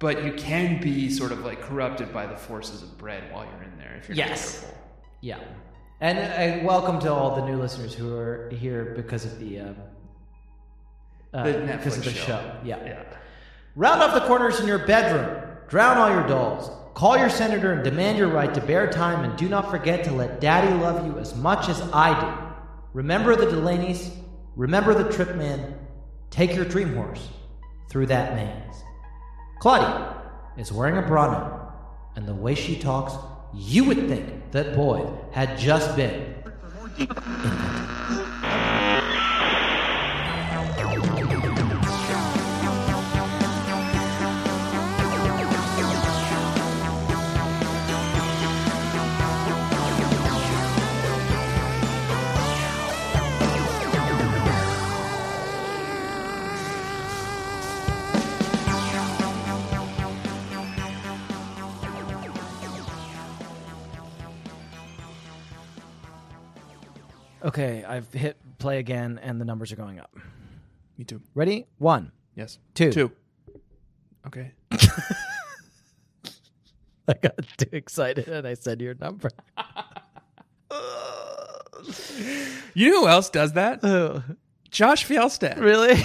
Speaker 3: but you can be sort of like corrupted by the forces of bread while you're in there if you're
Speaker 5: Yes.
Speaker 3: not careful.
Speaker 5: Yeah. And, and welcome to all the new listeners who are here because of the, um, uh,
Speaker 3: The Netflix
Speaker 5: because of the show.
Speaker 3: show.
Speaker 5: Yeah.
Speaker 3: Yeah.
Speaker 5: Round off the corners in your bedroom. Drown all your dolls. Call your senator and demand your right to bear time and do not forget to let daddy love you as much as I do. Remember the Delaney's. Remember the trip man. Take your dream horse through that maze. Claudia is wearing a bra now, and the way she talks, you would think that boy had just been
Speaker 2: Okay, I've hit play again, and the numbers are going up.
Speaker 3: Me too.
Speaker 2: Ready? One.
Speaker 3: Yes.
Speaker 2: Two.
Speaker 3: Two. Okay.
Speaker 2: I got too excited, and I said your number.
Speaker 3: You know who else does that?
Speaker 2: Oh,
Speaker 3: Josh Fjellstead.
Speaker 2: really?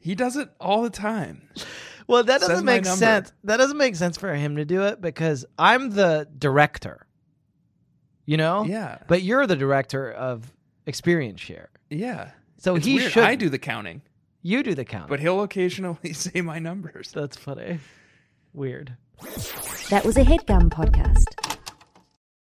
Speaker 3: He does it all the time.
Speaker 2: well, that
Speaker 3: Says
Speaker 2: doesn't
Speaker 3: my
Speaker 2: make
Speaker 3: number.
Speaker 2: sense. That doesn't make sense for him to do it because I'm the director. You know?
Speaker 3: Yeah.
Speaker 2: But you're the director of Experience Share,
Speaker 3: Yeah.
Speaker 2: so
Speaker 3: It's
Speaker 2: he
Speaker 3: weird.
Speaker 2: should.
Speaker 3: I do the counting,
Speaker 2: You do the count.
Speaker 3: but he'll occasionally say my numbers.
Speaker 2: that's funny. Weird.
Speaker 1: That was a headgum podcast.